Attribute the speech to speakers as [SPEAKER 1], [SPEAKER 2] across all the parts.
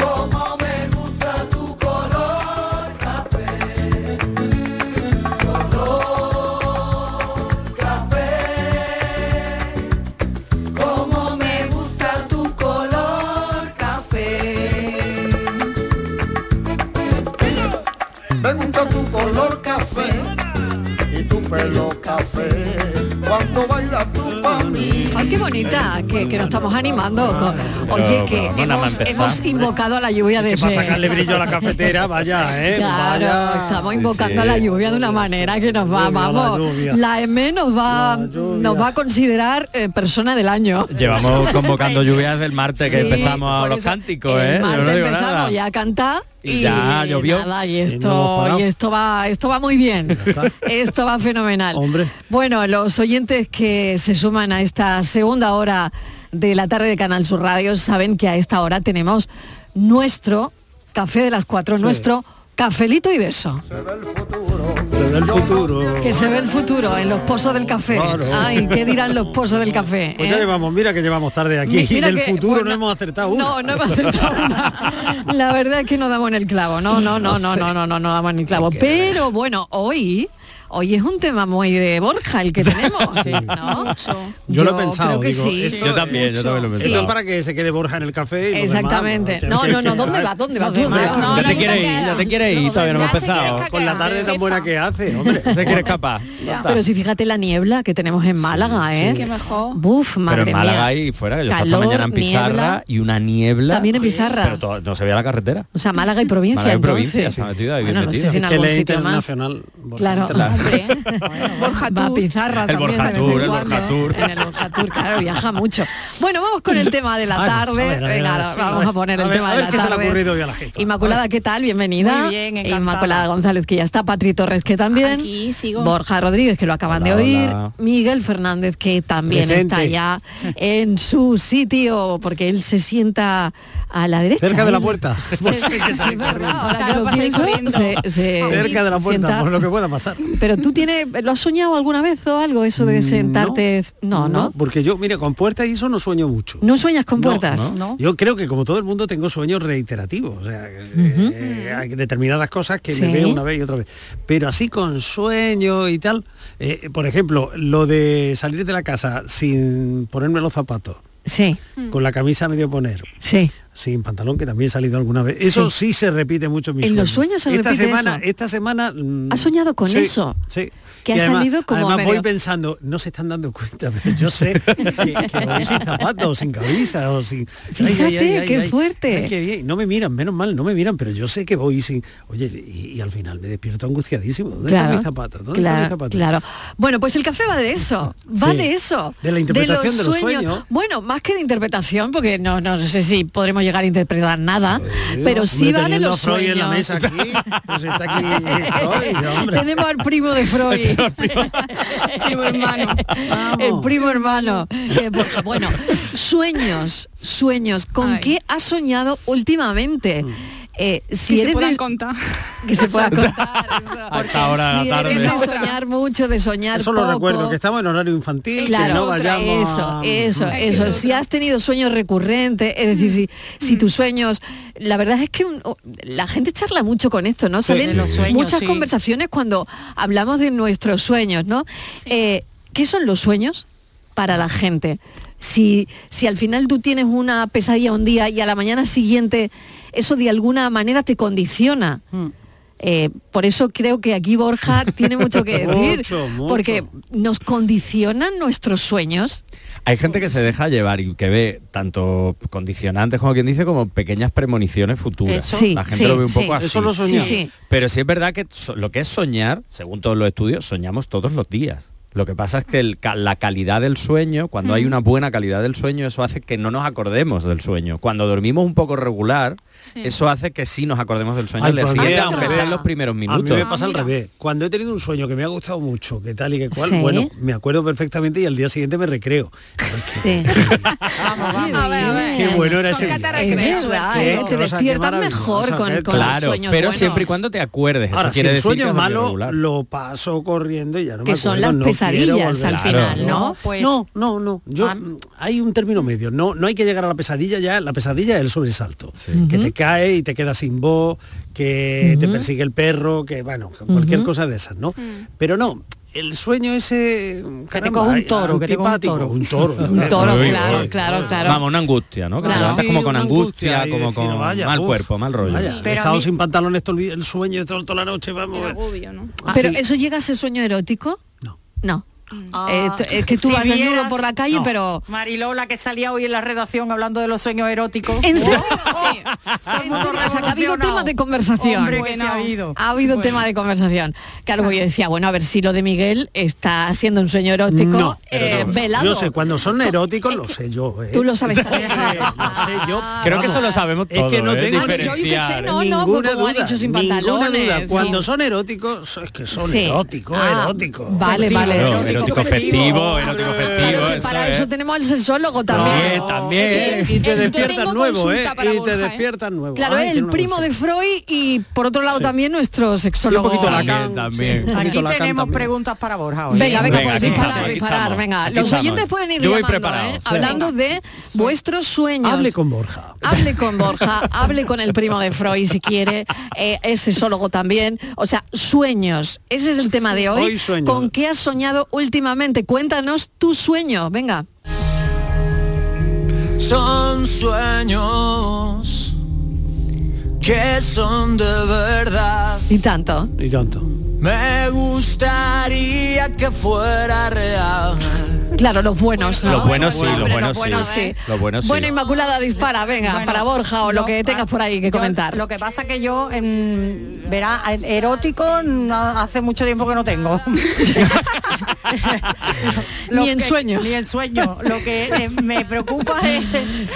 [SPEAKER 1] Como me gusta tu color café, color café. Como me gusta tu color café.
[SPEAKER 2] Me gusta tu color café y tu pelo café. Cuando bailas tú
[SPEAKER 3] Ah,
[SPEAKER 2] pa' mí.
[SPEAKER 4] Ay, qué
[SPEAKER 3] Eh,
[SPEAKER 4] bonita, que, que nos estamos animando. con- Oye,
[SPEAKER 3] Pero,
[SPEAKER 4] que
[SPEAKER 3] vamos, nada más
[SPEAKER 4] hemos,
[SPEAKER 3] empezar.
[SPEAKER 4] hemos invocado a la lluvia de
[SPEAKER 3] Que para sacarle brillo a la cafetera, vaya, ¿eh?
[SPEAKER 4] Claro,
[SPEAKER 3] Vaya.
[SPEAKER 4] estamos invocando a la lluvia de una manera que nos va, vamos.
[SPEAKER 3] lluvia.
[SPEAKER 4] La M nos va, nos va a considerar eh, persona del año.
[SPEAKER 5] Llevamos convocando lluvias del martes que
[SPEAKER 4] Sí,
[SPEAKER 5] empezamos a
[SPEAKER 4] por
[SPEAKER 5] los
[SPEAKER 4] eso,
[SPEAKER 5] cánticos,
[SPEAKER 4] el
[SPEAKER 5] ¿eh? Yo
[SPEAKER 4] martes
[SPEAKER 5] no digo
[SPEAKER 4] empezamos
[SPEAKER 5] nada.
[SPEAKER 4] ya a cantar y,
[SPEAKER 5] Y ya llovió.
[SPEAKER 4] nada, y
[SPEAKER 5] Y no hemos
[SPEAKER 4] esto
[SPEAKER 5] parado.
[SPEAKER 4] y esto va esto va muy bien. esto va fenomenal.
[SPEAKER 3] Hombre.
[SPEAKER 4] Bueno, los oyentes que se suman a esta segunda hora de la tarde de Canal Sur Radio saben que a esta hora tenemos nuestro café de las cuatro, nuestro cafelito y beso.
[SPEAKER 3] Se ve el futuro.
[SPEAKER 4] Que se ve el futuro en los pozos del café.
[SPEAKER 3] Claro.
[SPEAKER 4] Ay, ¿qué dirán los pozos del café?
[SPEAKER 3] Pues
[SPEAKER 4] eh?
[SPEAKER 3] ya llevamos, mira que llevamos tarde aquí.
[SPEAKER 4] Mira
[SPEAKER 3] del
[SPEAKER 4] que-
[SPEAKER 3] futuro
[SPEAKER 4] pues
[SPEAKER 3] no, hemos acertado una.
[SPEAKER 4] No, no hemos acertado una. La verdad es que no damos en el clavo. No, no, no, no, no, no, no, no damos en el clavo. Pero bueno, hoy, hoy es un tema muy de Borja el que tenemos, ¿no?
[SPEAKER 3] Yo, lo he pensado,
[SPEAKER 4] creo que
[SPEAKER 3] digo,
[SPEAKER 4] sí.
[SPEAKER 3] esto
[SPEAKER 5] Yo también, yo también lo he
[SPEAKER 3] es-
[SPEAKER 5] pensado.
[SPEAKER 3] Esto es para que se quede Borja en el café. y los
[SPEAKER 4] Exactamente.
[SPEAKER 3] demás,
[SPEAKER 4] No, no, no, ¿dónde vas? ¿Dónde vas? ¿Dónde vas?
[SPEAKER 5] ya te quieres ir, ya te quieres ir, todavía no hemos empezado.
[SPEAKER 3] Con la tarde tan buena que hace, hombre.
[SPEAKER 5] Se quiere escapar.
[SPEAKER 4] Ya, Pero si fíjate la niebla que tenemos en Málaga, ¿eh?
[SPEAKER 6] Qué mejor.
[SPEAKER 4] Buf, madre
[SPEAKER 5] Pero en Málaga
[SPEAKER 4] mía.
[SPEAKER 5] ahí fuera, que yo estaba esta
[SPEAKER 4] Calor,
[SPEAKER 5] mañana en Pizarra
[SPEAKER 4] niebla.
[SPEAKER 5] y una niebla.
[SPEAKER 4] También en Pizarra.
[SPEAKER 5] Pero to- no se veía la carretera.
[SPEAKER 4] O sea, Málaga y provincia.
[SPEAKER 5] Málaga y
[SPEAKER 4] entonces.
[SPEAKER 5] provincia, se ha metido ahí, bien
[SPEAKER 4] Bueno, no
[SPEAKER 5] metido.
[SPEAKER 4] sé si en
[SPEAKER 3] Que
[SPEAKER 4] algún
[SPEAKER 3] le
[SPEAKER 4] sitio más.
[SPEAKER 3] internacional. Borja,
[SPEAKER 4] Claro.
[SPEAKER 3] internacional.
[SPEAKER 4] Va
[SPEAKER 6] Borja
[SPEAKER 4] a
[SPEAKER 6] Tour.
[SPEAKER 4] Pizarra
[SPEAKER 5] El
[SPEAKER 4] también
[SPEAKER 5] Borja
[SPEAKER 4] de vez en
[SPEAKER 5] Tour, el
[SPEAKER 4] cuando.
[SPEAKER 5] Borja Tour.
[SPEAKER 4] En el Borja Tour, claro, viaja mucho. Bueno, vamos con el tema de la
[SPEAKER 3] Ah, no, a
[SPEAKER 4] tarde.
[SPEAKER 3] ver, a ver,
[SPEAKER 4] Venga,
[SPEAKER 3] a ver.
[SPEAKER 4] vamos a poner
[SPEAKER 3] A
[SPEAKER 4] el
[SPEAKER 3] ver,
[SPEAKER 4] tema
[SPEAKER 3] a
[SPEAKER 4] de
[SPEAKER 3] ver
[SPEAKER 4] la
[SPEAKER 3] qué se le ha
[SPEAKER 4] tarde.
[SPEAKER 3] ocurrido hoy a la jefa.
[SPEAKER 4] Inmaculada, ¿qué tal? Bienvenida. E
[SPEAKER 6] Muy bien, encantada.
[SPEAKER 4] Inmaculada González, que ya está. Patri Torres, que también.
[SPEAKER 6] Aquí sigo.
[SPEAKER 4] Borja Rodríguez, que lo acaban
[SPEAKER 5] Hola,
[SPEAKER 4] de oír.
[SPEAKER 5] hola.
[SPEAKER 4] Miguel Fernández, que también
[SPEAKER 3] Presente.
[SPEAKER 4] está ya en su sitio, porque él se sienta a la derecha.
[SPEAKER 3] Cerca de la
[SPEAKER 4] él.
[SPEAKER 3] puerta.
[SPEAKER 4] Sí, es verdad, ahora que
[SPEAKER 6] Claro,
[SPEAKER 4] lo
[SPEAKER 6] pasa ahí
[SPEAKER 4] pienso,
[SPEAKER 6] corriendo.
[SPEAKER 4] se- se
[SPEAKER 3] Cerca de la puerta,
[SPEAKER 4] sienta-
[SPEAKER 3] por lo que pueda pasar.
[SPEAKER 4] pero tú tienes, ¿lo has soñado alguna vez o algo eso
[SPEAKER 3] Mm,
[SPEAKER 4] de sentarte? No, no. ¿No,
[SPEAKER 3] Porque yo, mire, con puertas y eso no sueño mucho.
[SPEAKER 4] sueñas con
[SPEAKER 3] No,
[SPEAKER 4] puertas?
[SPEAKER 3] no. Yo creo que como todo el mundo tengo sueños reiterativos, o sea, eh, eh, hay determinadas cosas que
[SPEAKER 4] Sí.
[SPEAKER 3] me veo una vez y otra vez. Pero así con sueños y tal, eh, por ejemplo, lo de salir de la casa sin ponerme los zapatos,
[SPEAKER 4] Sí,
[SPEAKER 3] con la camisa a medio poner.
[SPEAKER 4] sí.
[SPEAKER 3] Sin pantalón, que también he salido alguna vez. Eso sí, se repite mucho en mis
[SPEAKER 4] En los sueños se
[SPEAKER 3] esta
[SPEAKER 4] repite
[SPEAKER 3] semana,
[SPEAKER 4] eso.
[SPEAKER 3] Esta semana... mm,
[SPEAKER 4] ¿Has soñado con
[SPEAKER 3] sí,
[SPEAKER 4] eso?
[SPEAKER 3] Sí.
[SPEAKER 4] Que
[SPEAKER 3] Y
[SPEAKER 4] has
[SPEAKER 3] además-
[SPEAKER 4] salido como
[SPEAKER 3] Además voy
[SPEAKER 4] medio-
[SPEAKER 3] pensando, no se están dando cuenta, pero yo sé que, que voy sin zapatos, sin camisa o sin...
[SPEAKER 4] Fíjate, qué fuerte.
[SPEAKER 3] qué bien. No me miran, menos mal, no me miran, pero yo sé que voy sin... Oye, y, y al final me despierto angustiadísimo. ¿Dónde están mis zapatos? ¿Dónde
[SPEAKER 4] claro,
[SPEAKER 3] están mis zapatos?
[SPEAKER 4] claro. Bueno, pues el café va de eso, va
[SPEAKER 3] Sí,
[SPEAKER 4] de eso.
[SPEAKER 3] de la interpretación de los sueños.
[SPEAKER 4] Bueno, más que de interpretación, porque no, no sé si podremos llegar a interpretar nada, pero sí
[SPEAKER 3] Hombre,
[SPEAKER 4] va de
[SPEAKER 3] teniendo a
[SPEAKER 4] los
[SPEAKER 3] Freud
[SPEAKER 4] sueños.
[SPEAKER 3] en la mesa aquí, pues está aquí Freud, hombre.
[SPEAKER 4] Tenemos al primo de Freud. primo hermano. El
[SPEAKER 3] Vamos.
[SPEAKER 4] primo hermano. Eh, Borja, Bueno, sueños, sueños. ¿Con
[SPEAKER 6] Ay.
[SPEAKER 4] qué has soñado últimamente?
[SPEAKER 3] Mm.
[SPEAKER 4] Eh, si
[SPEAKER 6] que se
[SPEAKER 4] eres
[SPEAKER 6] puedan
[SPEAKER 4] de-
[SPEAKER 6] contar.
[SPEAKER 4] que se pueda contar eso.
[SPEAKER 5] Hasta ahora de la
[SPEAKER 4] Si eres de
[SPEAKER 5] tarde.
[SPEAKER 4] soñar mucho, de soñar
[SPEAKER 3] Eso lo
[SPEAKER 4] poco.
[SPEAKER 3] recuerdo, que estamos en horario infantil, que
[SPEAKER 4] Claro,
[SPEAKER 3] no vayamos
[SPEAKER 4] eso,
[SPEAKER 3] a-
[SPEAKER 4] eso,
[SPEAKER 6] Ay, que
[SPEAKER 4] eso.
[SPEAKER 6] es
[SPEAKER 4] Si
[SPEAKER 6] otra.
[SPEAKER 4] has tenido sueños recurrentes, es decir, si, si tus sueños, la verdad es que un- o- la gente charla mucho con esto, ¿no? Salen
[SPEAKER 6] de los sueños,
[SPEAKER 4] muchas
[SPEAKER 6] sí.
[SPEAKER 4] conversaciones cuando hablamos de nuestros sueños, ¿no? Eh, ¿Qué son los sueños para la gente? Si, si al final tú tienes una pesadilla un día y a la mañana siguiente eso de alguna manera te condiciona.
[SPEAKER 3] Mm.
[SPEAKER 4] Eh, por eso creo que aquí Borja tiene mucho que decir,
[SPEAKER 3] Mucho, mucho.
[SPEAKER 4] porque nos condicionan nuestros sueños.
[SPEAKER 5] Hay gente que se deja llevar y que ve tanto condicionantes, como quien dice, como pequeñas premoniciones futuras.
[SPEAKER 4] Eso. Sí,
[SPEAKER 5] la gente
[SPEAKER 4] sí,
[SPEAKER 5] lo ve un
[SPEAKER 4] sí.
[SPEAKER 5] poco así.
[SPEAKER 3] Eso lo soñamos.
[SPEAKER 4] Sí, sí.
[SPEAKER 5] Pero sí es verdad que so- lo que es soñar, según todos los estudios, soñamos todos los días. Lo que pasa es que el ca- la calidad del sueño, cuando
[SPEAKER 4] Mm.
[SPEAKER 5] hay una buena calidad del sueño, eso hace que no nos acordemos del sueño. Cuando dormimos un poco regular, eso hace que sí nos acordemos del sueño
[SPEAKER 3] Ay,
[SPEAKER 5] al día
[SPEAKER 3] pues a mí
[SPEAKER 5] siguiente,
[SPEAKER 3] al
[SPEAKER 5] aunque
[SPEAKER 3] revés.
[SPEAKER 5] sean los primeros
[SPEAKER 3] A mí
[SPEAKER 5] minutos.
[SPEAKER 3] me pasa
[SPEAKER 4] Ah,
[SPEAKER 3] al revés. Cuando he tenido un sueño que me ha gustado mucho, que tal y que cual,
[SPEAKER 4] Sí.
[SPEAKER 3] bueno, me acuerdo perfectamente y al día siguiente me recreo.
[SPEAKER 4] Sí.
[SPEAKER 6] A ver, a ver.
[SPEAKER 3] Qué bueno era
[SPEAKER 6] Con
[SPEAKER 3] ese
[SPEAKER 6] cátara
[SPEAKER 3] día.
[SPEAKER 6] que me
[SPEAKER 4] Es verdad,
[SPEAKER 6] suelte.
[SPEAKER 3] Qué
[SPEAKER 4] eh, te
[SPEAKER 3] cosa, qué
[SPEAKER 4] despiertas
[SPEAKER 3] maravillosa,
[SPEAKER 4] mejor con-
[SPEAKER 3] qué
[SPEAKER 4] con
[SPEAKER 3] tal.
[SPEAKER 4] los
[SPEAKER 5] Claro,
[SPEAKER 4] sueños
[SPEAKER 5] pero
[SPEAKER 4] buenos.
[SPEAKER 5] siempre y cuando te acuerdes. Eso
[SPEAKER 3] Ahora, si
[SPEAKER 5] quiere
[SPEAKER 3] el
[SPEAKER 5] decir que
[SPEAKER 3] sueño es
[SPEAKER 5] has dormido
[SPEAKER 3] malo,
[SPEAKER 5] regular.
[SPEAKER 3] lo paso corriendo y ya no me
[SPEAKER 4] Que son
[SPEAKER 3] acuerdo,
[SPEAKER 4] las
[SPEAKER 3] no quiero
[SPEAKER 4] pesadillas
[SPEAKER 3] volver.
[SPEAKER 4] al
[SPEAKER 5] Claro.
[SPEAKER 4] final, ¿no?
[SPEAKER 6] No, pues-
[SPEAKER 3] no, no, no. Yo,
[SPEAKER 6] Ah.
[SPEAKER 3] mm, hay un término medio. No, no hay que llegar a la pesadilla ya. La pesadilla es el sobresalto. Que te cae y te quedas sin voz, que te persigue el perro, que bueno, que cualquier cosa de esas, ¿no?
[SPEAKER 6] Mm.
[SPEAKER 3] Pero no. El sueño ese caramba,
[SPEAKER 6] coja un toro, que te coja un
[SPEAKER 3] antipático,
[SPEAKER 6] toro.
[SPEAKER 3] un toro.
[SPEAKER 4] Un toro,
[SPEAKER 5] Uy,
[SPEAKER 4] claro,
[SPEAKER 5] uy.
[SPEAKER 4] claro, claro.
[SPEAKER 5] eh. Vamos, una angustia, ¿no? Que
[SPEAKER 4] Claro.
[SPEAKER 5] te levantas
[SPEAKER 3] Sí,
[SPEAKER 5] como con
[SPEAKER 3] una
[SPEAKER 5] angustia,
[SPEAKER 3] angustia y
[SPEAKER 5] como
[SPEAKER 3] decir,
[SPEAKER 5] con
[SPEAKER 3] vaya,
[SPEAKER 5] mal
[SPEAKER 3] uf,
[SPEAKER 5] cuerpo, mal rollo.
[SPEAKER 3] Vaya,
[SPEAKER 6] Pero
[SPEAKER 3] he
[SPEAKER 6] a
[SPEAKER 3] estado
[SPEAKER 6] mí-
[SPEAKER 3] sin pantalones todo el, el sueño todo- toda la noche, vamos.
[SPEAKER 6] El agobio, ¿no?
[SPEAKER 4] Pero
[SPEAKER 3] Ah, sí.
[SPEAKER 4] eso llega a ser sueño erótico?
[SPEAKER 3] No.
[SPEAKER 4] No.
[SPEAKER 6] Ah.
[SPEAKER 4] Eh, tú- es que tú
[SPEAKER 6] Si
[SPEAKER 4] vas desnudo
[SPEAKER 6] vieras-
[SPEAKER 4] por la calle,
[SPEAKER 3] No.
[SPEAKER 4] pero
[SPEAKER 6] Mariló, la que salía hoy en la redacción hablando de los sueños eróticos.
[SPEAKER 4] ¿En serio?
[SPEAKER 6] Sí.
[SPEAKER 4] En
[SPEAKER 3] Ah,
[SPEAKER 4] serio, o sea, que ha habido tema de conversación.
[SPEAKER 6] Hombre, que
[SPEAKER 4] Pues
[SPEAKER 6] sí ha habido.
[SPEAKER 4] Ha habido tema de conversación. Claro, porque yo decía, bueno, a ver si lo de Miguel está siendo un sueño erótico
[SPEAKER 3] No, pero
[SPEAKER 4] eh,
[SPEAKER 3] no.
[SPEAKER 4] velado.
[SPEAKER 3] Yo sé, cuando son eróticos lo sé yo. ¿eh?
[SPEAKER 4] Tú lo sabes también.
[SPEAKER 3] Hombre, lo sé yo.
[SPEAKER 5] Creo
[SPEAKER 3] vamos.
[SPEAKER 5] que eso lo sabemos
[SPEAKER 3] Es que
[SPEAKER 5] todos,
[SPEAKER 3] no
[SPEAKER 5] ¿eh?
[SPEAKER 3] tengo
[SPEAKER 4] Ah, yo
[SPEAKER 5] Diferenciar,
[SPEAKER 4] yo qué sé,
[SPEAKER 5] ¿eh?
[SPEAKER 4] no, no, porque como ha dicho sin
[SPEAKER 3] ninguna
[SPEAKER 4] pantalones.
[SPEAKER 3] duda. Cuando
[SPEAKER 4] sí.
[SPEAKER 3] son eróticos, so- es que son
[SPEAKER 4] Sí.
[SPEAKER 3] eróticos,
[SPEAKER 4] Ah,
[SPEAKER 3] eróticos.
[SPEAKER 4] Vale,
[SPEAKER 6] Festivo,
[SPEAKER 4] vale. ¿eh?
[SPEAKER 5] Claro, erótico festivo, erótico
[SPEAKER 4] Claro,
[SPEAKER 5] festivo.
[SPEAKER 4] que
[SPEAKER 5] eso
[SPEAKER 4] para
[SPEAKER 5] es.
[SPEAKER 4] eso tenemos al sexólogo
[SPEAKER 5] También,
[SPEAKER 4] también.
[SPEAKER 5] también. Eh,
[SPEAKER 3] Y te
[SPEAKER 7] Yo
[SPEAKER 3] despiertas
[SPEAKER 7] tengo
[SPEAKER 3] nuevo, ¿eh?
[SPEAKER 7] consulta para
[SPEAKER 3] Y
[SPEAKER 7] Borja,
[SPEAKER 3] te
[SPEAKER 7] ¿eh?
[SPEAKER 3] despiertas nuevo.
[SPEAKER 4] Claro,
[SPEAKER 3] Ay, tiene
[SPEAKER 4] el
[SPEAKER 3] una
[SPEAKER 4] primo de
[SPEAKER 3] consulta.
[SPEAKER 4] Freud y por otro lado también nuestro
[SPEAKER 3] Y un
[SPEAKER 4] sexólogo.
[SPEAKER 3] poquito Lacan,
[SPEAKER 5] También,
[SPEAKER 3] sí,
[SPEAKER 5] también.
[SPEAKER 3] un poquito
[SPEAKER 6] Aquí
[SPEAKER 3] Lacan
[SPEAKER 6] tenemos
[SPEAKER 3] también.
[SPEAKER 6] preguntas para Borja hoy.
[SPEAKER 4] Venga, venga,
[SPEAKER 5] Venga,
[SPEAKER 4] pues
[SPEAKER 5] aquí
[SPEAKER 4] disparar,
[SPEAKER 5] estamos, aquí
[SPEAKER 4] disparar,
[SPEAKER 5] estamos.
[SPEAKER 4] venga.
[SPEAKER 5] Aquí
[SPEAKER 4] Los
[SPEAKER 5] estamos.
[SPEAKER 4] oyentes pueden ir
[SPEAKER 5] Yo voy
[SPEAKER 4] llamando,
[SPEAKER 5] preparado,
[SPEAKER 4] ¿eh?
[SPEAKER 5] sí.
[SPEAKER 4] hablando de vuestros sueños.
[SPEAKER 3] Hable con Borja.
[SPEAKER 4] Hable con Borja, hable con el primo de Freud si quiere, eh, es sexólogo también. O sea, sueños. Ese es el tema de hoy.
[SPEAKER 3] hoy sueños.
[SPEAKER 4] ¿Con qué has soñado últimamente? Cuéntanos tu sueño. Venga.
[SPEAKER 1] Eh, Son sueños que son de verdad.
[SPEAKER 4] Y tanto.
[SPEAKER 3] Y tanto.
[SPEAKER 1] Me gustaría que fuera real.
[SPEAKER 4] Claro, los buenos. ¿no?
[SPEAKER 5] Los buenos sí, los
[SPEAKER 4] Hombre,
[SPEAKER 5] buenos sí. Los buenos sí.
[SPEAKER 4] Bueno, Inmaculada, dispara, venga,
[SPEAKER 6] Bueno,
[SPEAKER 4] para Borja o lo
[SPEAKER 6] no,
[SPEAKER 4] que tengas por ahí que
[SPEAKER 6] yo-
[SPEAKER 4] comentar.
[SPEAKER 6] Lo que pasa que yo, em, verá, erótico no- hace mucho tiempo que no tengo. Lo
[SPEAKER 4] Ni en
[SPEAKER 6] que-
[SPEAKER 4] sueños.
[SPEAKER 6] Ni en sueños. Lo que eh, me preocupa es,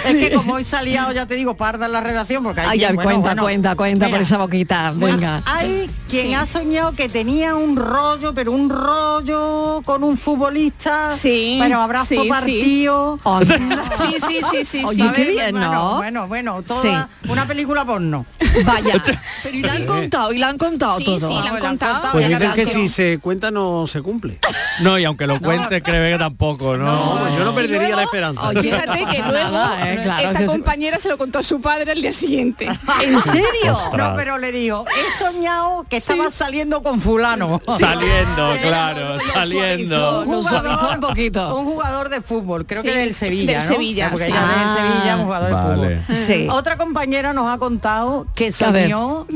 [SPEAKER 6] es que como hoy salía, ya te digo, parda en la redacción, porque hay
[SPEAKER 4] Ay, Ah, ya,
[SPEAKER 6] quien, bueno,
[SPEAKER 4] cuenta,
[SPEAKER 6] bueno, ah,
[SPEAKER 4] cuenta, cuenta por
[SPEAKER 6] mira,
[SPEAKER 4] esa boquita. Venga.
[SPEAKER 6] Hay quien ha soñado que tenía un rollo, pero un rollo con un futbolista,
[SPEAKER 7] Sí,
[SPEAKER 6] pero abrazo
[SPEAKER 7] sí, sí.
[SPEAKER 6] partido.
[SPEAKER 4] Oh, no.
[SPEAKER 7] Sí, sí, sí, sí.
[SPEAKER 4] Oye,
[SPEAKER 7] sí.
[SPEAKER 4] qué
[SPEAKER 6] ¿sabes?
[SPEAKER 4] bien, ¿no?
[SPEAKER 6] Bueno, bueno, bueno,
[SPEAKER 3] Eh.
[SPEAKER 6] toda una película porno.
[SPEAKER 4] Vaya. Pero y la han contado, y la han contado
[SPEAKER 7] Sí,
[SPEAKER 4] todo.
[SPEAKER 7] sí, la han
[SPEAKER 6] la han
[SPEAKER 7] contado.
[SPEAKER 6] contado.
[SPEAKER 3] Pues
[SPEAKER 7] ya la
[SPEAKER 3] dicen que
[SPEAKER 7] canción.
[SPEAKER 3] si se cuenta no se cumple.
[SPEAKER 5] No, y aunque lo cuente, creo que tampoco, ¿no?
[SPEAKER 3] No, pues yo no
[SPEAKER 7] Y
[SPEAKER 3] perdería
[SPEAKER 7] luego,
[SPEAKER 3] la esperanza.
[SPEAKER 4] oye,
[SPEAKER 7] Fíjate
[SPEAKER 4] no
[SPEAKER 7] que
[SPEAKER 4] pasa
[SPEAKER 7] luego
[SPEAKER 4] nada, eh, claro,
[SPEAKER 7] esta
[SPEAKER 4] que es-
[SPEAKER 7] compañera se lo contó a su padre al día siguiente.
[SPEAKER 4] ¿En serio?
[SPEAKER 5] Ostras.
[SPEAKER 6] No, pero le digo, he soñado que estaba saliendo con fulano.
[SPEAKER 5] Saliendo,
[SPEAKER 6] Era
[SPEAKER 5] claro,
[SPEAKER 6] lo
[SPEAKER 5] saliendo.
[SPEAKER 4] Lo suavizó un poquito.
[SPEAKER 6] Un jugador de fútbol, creo que
[SPEAKER 7] Sí,
[SPEAKER 6] del Sevilla.
[SPEAKER 7] del
[SPEAKER 6] ¿no?
[SPEAKER 7] Sevilla,
[SPEAKER 6] Porque
[SPEAKER 7] sí.
[SPEAKER 6] ella es del
[SPEAKER 4] Ah.
[SPEAKER 6] Sevilla, un jugador de
[SPEAKER 5] Vale.
[SPEAKER 6] fútbol.
[SPEAKER 4] Sí.
[SPEAKER 6] Otra compañera nos ha contado que
[SPEAKER 4] A ver.
[SPEAKER 6] soñó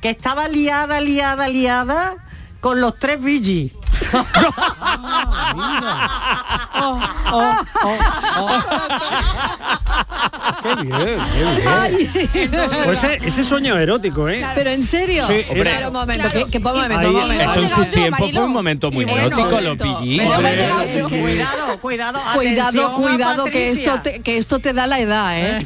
[SPEAKER 6] que estaba liada, liada, liada con los tres Vigi.
[SPEAKER 1] Oh,
[SPEAKER 3] Qué bien, qué bien. Pues ese, ese sueño erótico, ¿eh?
[SPEAKER 4] Pero en serio.
[SPEAKER 3] Sí, hombre.
[SPEAKER 4] Claro, un momento,
[SPEAKER 7] Claro.
[SPEAKER 4] que, que pongo un momento,
[SPEAKER 3] Ahí-
[SPEAKER 4] pongo un momento.
[SPEAKER 5] Eso en su
[SPEAKER 7] Llegado yo,
[SPEAKER 5] tiempo fue
[SPEAKER 7] Mariló.
[SPEAKER 5] un momento muy
[SPEAKER 4] Y bueno,
[SPEAKER 5] erótico, los
[SPEAKER 4] momento,
[SPEAKER 5] billings.
[SPEAKER 4] pero
[SPEAKER 7] me he llegado
[SPEAKER 5] Sí,
[SPEAKER 7] yo.
[SPEAKER 5] sí.
[SPEAKER 6] Cuidado, cuidado.
[SPEAKER 4] Cuidado,
[SPEAKER 6] atención a
[SPEAKER 4] cuidado, que
[SPEAKER 6] Patricia.
[SPEAKER 4] esto, te, que esto te da la edad, ¿eh?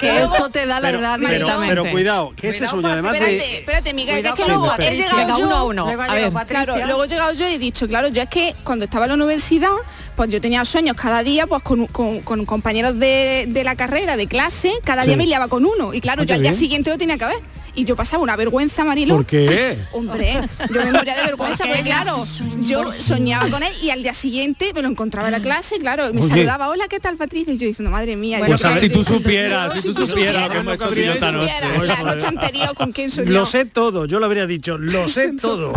[SPEAKER 4] que esto te da la
[SPEAKER 3] Pero,
[SPEAKER 4] edad
[SPEAKER 3] pero,
[SPEAKER 4] directamente.
[SPEAKER 3] pero cuidado, que este
[SPEAKER 6] Cuidado,
[SPEAKER 3] sueño además
[SPEAKER 7] Espérate,
[SPEAKER 3] de...
[SPEAKER 7] espérate, Miguel, que es que
[SPEAKER 3] Cuidado,
[SPEAKER 7] luego
[SPEAKER 3] sí,
[SPEAKER 7] he
[SPEAKER 3] Patricia.
[SPEAKER 4] Venga,
[SPEAKER 7] llegado
[SPEAKER 4] uno a
[SPEAKER 7] yo.
[SPEAKER 4] uno.
[SPEAKER 6] Luego ha
[SPEAKER 4] A ver,
[SPEAKER 6] llegado Patricia.
[SPEAKER 7] Claro, luego he llegado yo y he dicho, claro, yo es que cuando estaba en la universidad, pues yo tenía sueños cada día, pues con, con- con compañeros de, de la carrera, de clase, cada día
[SPEAKER 3] Sí.
[SPEAKER 7] me liaba con uno. Y claro,
[SPEAKER 3] Ah, qué
[SPEAKER 7] yo al día
[SPEAKER 3] bien.
[SPEAKER 7] siguiente lo tenía que ver. Y yo pasaba una vergüenza, Marilo.
[SPEAKER 3] ¿Por qué?
[SPEAKER 7] Hombre, yo me moría de vergüenza, porque claro, yo soñaba con él y al día siguiente me lo encontraba en la clase, claro, me
[SPEAKER 3] Mm. Oye.
[SPEAKER 7] saludaba, hola, ¿qué tal Patricia? Y yo diciendo, madre mía,
[SPEAKER 5] Pues
[SPEAKER 7] yo
[SPEAKER 5] a ver, si
[SPEAKER 7] creo
[SPEAKER 5] tú
[SPEAKER 7] que-
[SPEAKER 5] supieras,
[SPEAKER 7] Yo,
[SPEAKER 5] si tú supieras lo que hemos hecho yo esta noche.
[SPEAKER 7] supieras La noche anterior con quién soñó.
[SPEAKER 3] Lo sé todo, yo lo habría dicho, lo sé todo.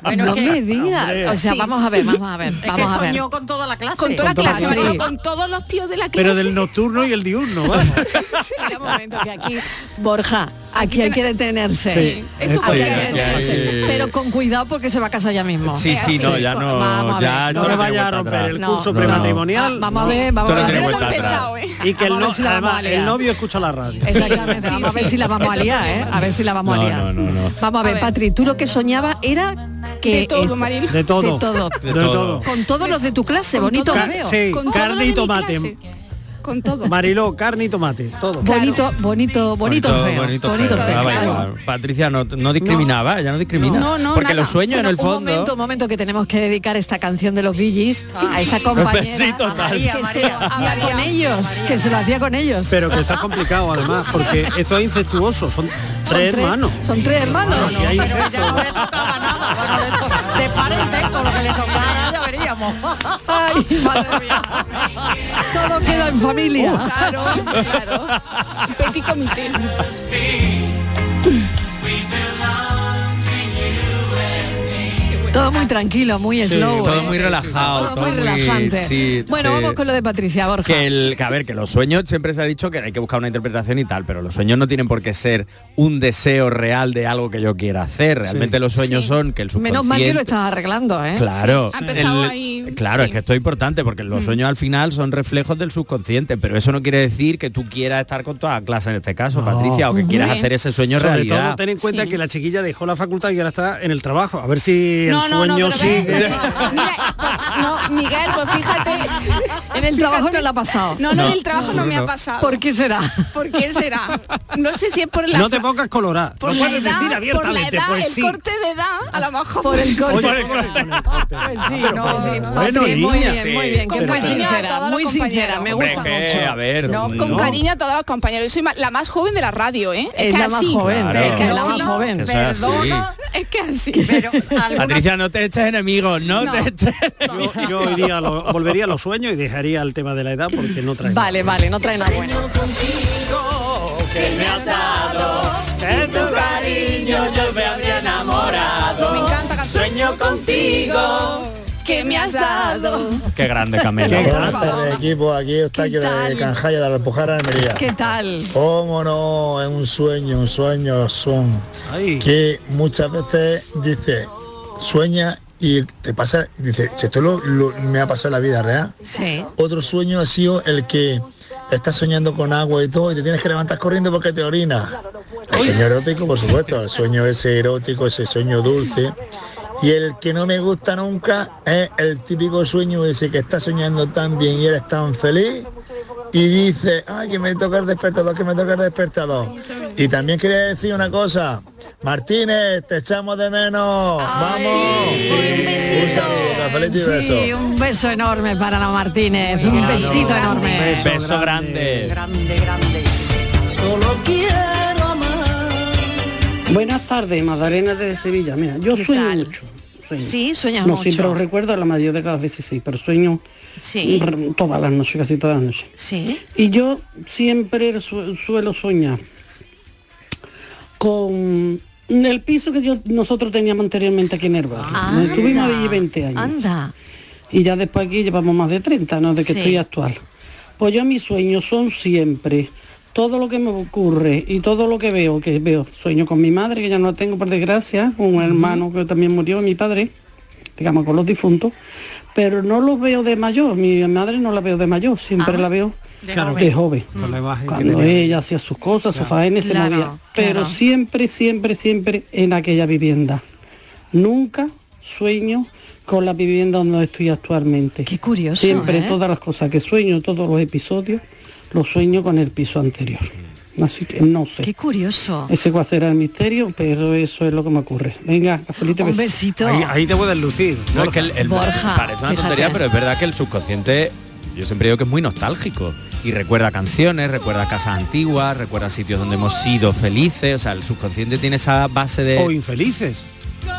[SPEAKER 6] Bueno,
[SPEAKER 4] no
[SPEAKER 6] es que-
[SPEAKER 4] me digas.
[SPEAKER 3] hombre.
[SPEAKER 4] O sea,
[SPEAKER 7] Sí.
[SPEAKER 4] vamos a ver, vamos a ver,
[SPEAKER 6] Es
[SPEAKER 4] vamos
[SPEAKER 6] que
[SPEAKER 4] a ver.
[SPEAKER 6] soñó con toda la clase.
[SPEAKER 7] Con toda la
[SPEAKER 3] Con toda
[SPEAKER 7] clase,
[SPEAKER 3] la
[SPEAKER 7] Manolo,
[SPEAKER 4] clase.
[SPEAKER 7] con todos los tíos de la clase.
[SPEAKER 3] Pero del nocturno y el diurno, vamos.
[SPEAKER 4] Espera un momento, que aquí, Borja, aquí hay que detenerse.
[SPEAKER 3] Sí,
[SPEAKER 7] esto
[SPEAKER 4] Aquí hay
[SPEAKER 7] sí,
[SPEAKER 4] que
[SPEAKER 7] sí.
[SPEAKER 4] detenerse. Pero con cuidado porque se va a casa ya mismo. Eh,
[SPEAKER 5] Sí, sí, no, ya no.
[SPEAKER 4] Vamos a ver,
[SPEAKER 5] ya,
[SPEAKER 4] no
[SPEAKER 3] No me
[SPEAKER 5] tiene
[SPEAKER 4] le
[SPEAKER 3] vaya a
[SPEAKER 5] vuelta
[SPEAKER 3] romper
[SPEAKER 5] atrás.
[SPEAKER 3] el
[SPEAKER 4] No,
[SPEAKER 3] curso
[SPEAKER 4] no,
[SPEAKER 5] no.
[SPEAKER 3] prematrimonial.
[SPEAKER 4] Ah, vamos a ver, vamos
[SPEAKER 5] Tú no
[SPEAKER 4] a
[SPEAKER 7] Eso
[SPEAKER 4] ver.
[SPEAKER 5] tienes
[SPEAKER 7] no lo
[SPEAKER 5] vuelta
[SPEAKER 7] he
[SPEAKER 5] atrás.
[SPEAKER 7] empezado, ¿eh?
[SPEAKER 3] Y que el,
[SPEAKER 4] Vamos a
[SPEAKER 3] no,
[SPEAKER 4] ver si la vamos a
[SPEAKER 3] además,
[SPEAKER 4] liar.
[SPEAKER 3] el novio escucha la radio.
[SPEAKER 4] Exactamente,
[SPEAKER 7] Sí,
[SPEAKER 4] vamos a ver
[SPEAKER 7] sí.
[SPEAKER 4] si la vamos a
[SPEAKER 7] Eso
[SPEAKER 4] liar, ¿eh? A ver si la vamos a
[SPEAKER 5] No,
[SPEAKER 4] liar.
[SPEAKER 5] no, no, no.
[SPEAKER 4] Vamos a ver,
[SPEAKER 7] ver.
[SPEAKER 4] Patri, tú lo que soñaba era que
[SPEAKER 7] De todo,
[SPEAKER 4] esta-
[SPEAKER 7] Marilo.
[SPEAKER 3] De todo.
[SPEAKER 4] De todo.
[SPEAKER 3] De todo.
[SPEAKER 4] Con todos los de tu clase, bonito
[SPEAKER 3] todos.
[SPEAKER 4] veo.
[SPEAKER 3] Sí,
[SPEAKER 7] Con todo
[SPEAKER 3] carne
[SPEAKER 7] lo de
[SPEAKER 3] y
[SPEAKER 7] mi
[SPEAKER 3] tomate.
[SPEAKER 7] clase. Con todo.
[SPEAKER 3] Mariló, carne y tomate, todo.
[SPEAKER 4] Bonito, bonito, bonito, feo.
[SPEAKER 5] bonito,
[SPEAKER 4] Bonito
[SPEAKER 5] feo.
[SPEAKER 4] feo,
[SPEAKER 5] Ah, vale,
[SPEAKER 4] claro.
[SPEAKER 5] vale. Patricia no, no discriminaba, ella no discrimina.
[SPEAKER 7] No, no,
[SPEAKER 5] Porque
[SPEAKER 7] nada.
[SPEAKER 5] los sueños
[SPEAKER 4] Bueno,
[SPEAKER 5] en el fondo.
[SPEAKER 4] Un momento, un momento que tenemos que dedicar esta canción de los Billys a esa compañera
[SPEAKER 5] Ah. Sí, total.
[SPEAKER 4] a María, que se lo
[SPEAKER 1] María,
[SPEAKER 4] hacía con ellos, que se lo hacía con ellos.
[SPEAKER 3] Pero que está complicado además, porque esto es incestuoso, son tres
[SPEAKER 4] Son
[SPEAKER 3] hermanos.
[SPEAKER 4] Son tres hermanos.
[SPEAKER 3] Y hay
[SPEAKER 1] Pero
[SPEAKER 3] incesto.
[SPEAKER 1] ya no le tocaba nada, bueno, de, de par en par, con lo que le tocara ya veríamos.
[SPEAKER 4] Ay, madre mía. Todo queda en familia.
[SPEAKER 7] Claro, claro. Petit comité.
[SPEAKER 4] Todo muy tranquilo, muy slow.
[SPEAKER 5] todo
[SPEAKER 4] ¿eh?
[SPEAKER 5] muy relajado,
[SPEAKER 4] Todo,
[SPEAKER 5] todo
[SPEAKER 4] muy
[SPEAKER 5] muy-
[SPEAKER 4] relajante.
[SPEAKER 5] sí,
[SPEAKER 4] bueno,
[SPEAKER 5] sí.
[SPEAKER 4] vamos con lo de Patricia Borja.
[SPEAKER 5] Que, el, que a ver, que los sueños siempre se ha dicho que hay que buscar una interpretación y tal, pero los sueños no tienen por qué ser un deseo real de algo que yo quiera hacer. Realmente los sueños
[SPEAKER 7] Sí.
[SPEAKER 5] son que el subconsciente...
[SPEAKER 4] Menos mal que lo estás arreglando, ¿eh?
[SPEAKER 5] Claro,
[SPEAKER 7] Sí, ha empezado
[SPEAKER 5] el-
[SPEAKER 7] ahí,
[SPEAKER 5] claro,
[SPEAKER 7] sí.
[SPEAKER 5] es que esto es importante porque los
[SPEAKER 4] Mm.
[SPEAKER 5] sueños al final son reflejos del subconsciente, pero eso no quiere decir que tú quieras estar con toda la clase en este caso, Patricia, o que quieras hacer ese sueño
[SPEAKER 3] Sobre todo
[SPEAKER 5] realidad.
[SPEAKER 3] ten en cuenta
[SPEAKER 7] Sí.
[SPEAKER 3] que la chiquilla dejó la facultad y ahora está en el trabajo. A ver si el
[SPEAKER 7] No, no, no,
[SPEAKER 3] sueño
[SPEAKER 7] pero ve,
[SPEAKER 3] sigue.
[SPEAKER 7] Mira, pues, no, Miguel, pues fíjate.
[SPEAKER 4] En el trabajo no lo ha pasado.
[SPEAKER 7] No, no,
[SPEAKER 5] No,
[SPEAKER 7] en el trabajo no, me
[SPEAKER 5] no.
[SPEAKER 7] ha pasado.
[SPEAKER 4] ¿Por qué será?
[SPEAKER 7] ¿Por qué será? No sé si es por la
[SPEAKER 3] No te
[SPEAKER 7] fa-
[SPEAKER 3] pongas colorada.
[SPEAKER 7] por
[SPEAKER 3] no
[SPEAKER 7] la
[SPEAKER 3] puedes
[SPEAKER 7] edad,
[SPEAKER 3] decir
[SPEAKER 7] por la
[SPEAKER 3] abiertamente,
[SPEAKER 7] edad,
[SPEAKER 3] pues
[SPEAKER 7] el
[SPEAKER 3] sí.
[SPEAKER 7] corte de edad, a lo mejor
[SPEAKER 4] Por el corte.
[SPEAKER 3] Oye, con el- con el corte.
[SPEAKER 4] Pues sí,
[SPEAKER 3] Pero,
[SPEAKER 4] no,
[SPEAKER 3] pues,
[SPEAKER 4] sí, pues
[SPEAKER 3] bueno,
[SPEAKER 4] sí, muy
[SPEAKER 3] niña,
[SPEAKER 4] bien,
[SPEAKER 3] sí.
[SPEAKER 4] muy bien, que
[SPEAKER 3] Con
[SPEAKER 4] muy
[SPEAKER 3] cariño a
[SPEAKER 4] sincera,
[SPEAKER 7] todos los
[SPEAKER 4] muy sincera, me
[SPEAKER 7] compañeros.
[SPEAKER 4] gusta
[SPEAKER 5] Hombre, que,
[SPEAKER 4] mucho.
[SPEAKER 5] a ver,
[SPEAKER 7] Con
[SPEAKER 5] no.
[SPEAKER 7] cariño a todos los compañeros. Yo soy ma- la más joven de la radio, ¿eh?
[SPEAKER 4] Es la más
[SPEAKER 7] así.
[SPEAKER 4] joven,
[SPEAKER 5] Claro.
[SPEAKER 4] es que es la
[SPEAKER 7] Sí,
[SPEAKER 4] más
[SPEAKER 7] no,
[SPEAKER 4] joven.
[SPEAKER 5] que sea así.
[SPEAKER 1] Perdona,
[SPEAKER 7] Es que así.
[SPEAKER 1] pero alguna-
[SPEAKER 5] Patricia, no te eches enemigos, no,
[SPEAKER 7] No.
[SPEAKER 5] te eches
[SPEAKER 3] Yo, yo iría a lo- volvería a los sueños y dejaría el tema de la edad porque no trae.
[SPEAKER 4] Vale, vale, no trae nada bueno.
[SPEAKER 3] nada.
[SPEAKER 7] Me encanta cantar. Sueño contigo que me has dado.
[SPEAKER 5] Qué grande Camela.
[SPEAKER 3] Qué
[SPEAKER 8] Buenas
[SPEAKER 3] grande.
[SPEAKER 8] tardes, equipo. Aquí Eustaquio
[SPEAKER 4] ¿Qué
[SPEAKER 8] de
[SPEAKER 4] tal?
[SPEAKER 8] Canjaya de Alpujara, Almería.
[SPEAKER 4] ¿Qué tal?
[SPEAKER 8] ¿Cómo no? Es un sueño, un sueño son
[SPEAKER 3] Ay.
[SPEAKER 8] que muchas veces dice, sueña y te pasa, dice, "Si esto lo- lo- me ha pasado en la vida real.
[SPEAKER 4] Sí.
[SPEAKER 8] Otro sueño ha sido el que estás soñando con agua y todo y te tienes que levantar corriendo porque te orinas. El sueño erótico, por supuesto, el sueño ese erótico, ese sueño dulce. Y el que no me gusta nunca es el típico sueño ese que estás soñando tan bien y eres tan feliz y dices, ay, que me toca el despertador, que me toca el despertador. Y también quería decir una cosa, Martínez, te echamos de menos. ¡Vamos!
[SPEAKER 4] un besito.
[SPEAKER 8] Un saludo, cafelito y
[SPEAKER 4] pues Sí,
[SPEAKER 8] besos.
[SPEAKER 4] un beso enorme para la Martínez, un besito enorme.
[SPEAKER 3] beso
[SPEAKER 5] Beso grande.
[SPEAKER 1] Grande,
[SPEAKER 4] Pues
[SPEAKER 1] grande.
[SPEAKER 9] Solo quiero amar.
[SPEAKER 10] Buenas tardes, Magdalena desde Sevilla. Mira, yo
[SPEAKER 4] ¿Qué
[SPEAKER 10] sueño
[SPEAKER 4] tal?
[SPEAKER 10] mucho. sueño.
[SPEAKER 4] Sí, sueñas
[SPEAKER 10] no
[SPEAKER 4] mucho.
[SPEAKER 10] siempre lo recuerdo, la mayoría de las veces sí, pero sueño
[SPEAKER 4] Sí.
[SPEAKER 10] r- todas las noches, casi todas las noches.
[SPEAKER 4] Sí.
[SPEAKER 10] Y yo siempre su- suelo soñar con el piso que yo- nosotros teníamos anteriormente aquí en el barrio.
[SPEAKER 4] Ah, Anda.
[SPEAKER 10] Estuvimos allí 20 años.
[SPEAKER 4] Anda.
[SPEAKER 10] Y ya después aquí llevamos más de 30, ¿no? De que
[SPEAKER 4] Sí.
[SPEAKER 10] estoy actual. Pues yo mis sueños son siempre, todo lo que me ocurre y todo lo que veo, que veo, sueño con mi madre, que ya no la tengo por desgracia, con un hermano que también murió, mi padre, digamos con los difuntos, pero no los veo de mayor, mi madre no la veo de mayor,
[SPEAKER 4] Ah,
[SPEAKER 10] siempre la veo de
[SPEAKER 3] Claro.
[SPEAKER 10] joven.
[SPEAKER 3] Con la imagen que
[SPEAKER 10] Cuando
[SPEAKER 3] tenía.
[SPEAKER 10] ella hacía sus cosas, sus faenes, se
[SPEAKER 4] Claro,
[SPEAKER 10] movía. Pero
[SPEAKER 4] claro.
[SPEAKER 10] siempre, siempre, siempre en aquella vivienda. Nunca sueño con la vivienda donde estoy actualmente.
[SPEAKER 4] Qué curioso,
[SPEAKER 10] Siempre
[SPEAKER 4] ¿eh?
[SPEAKER 10] todas las cosas que sueño, todos los episodios, los sueño con el piso anterior. Así que no sé.
[SPEAKER 4] Qué curioso.
[SPEAKER 10] Ese cuál será el misterio, pero eso es lo que me ocurre. Venga, cafelito y besos.
[SPEAKER 4] Un besito.
[SPEAKER 3] Ahí, ahí te puedes lucir.
[SPEAKER 5] No, es que el, el-
[SPEAKER 4] Borja,
[SPEAKER 5] parece una tontería,
[SPEAKER 4] fíjate.
[SPEAKER 5] pero es verdad que el subconsciente, yo siempre digo que es muy nostálgico. Y recuerda canciones, recuerda casas antiguas, recuerda sitios donde hemos sido felices. O sea, el subconsciente tiene esa base de...
[SPEAKER 3] O infelices.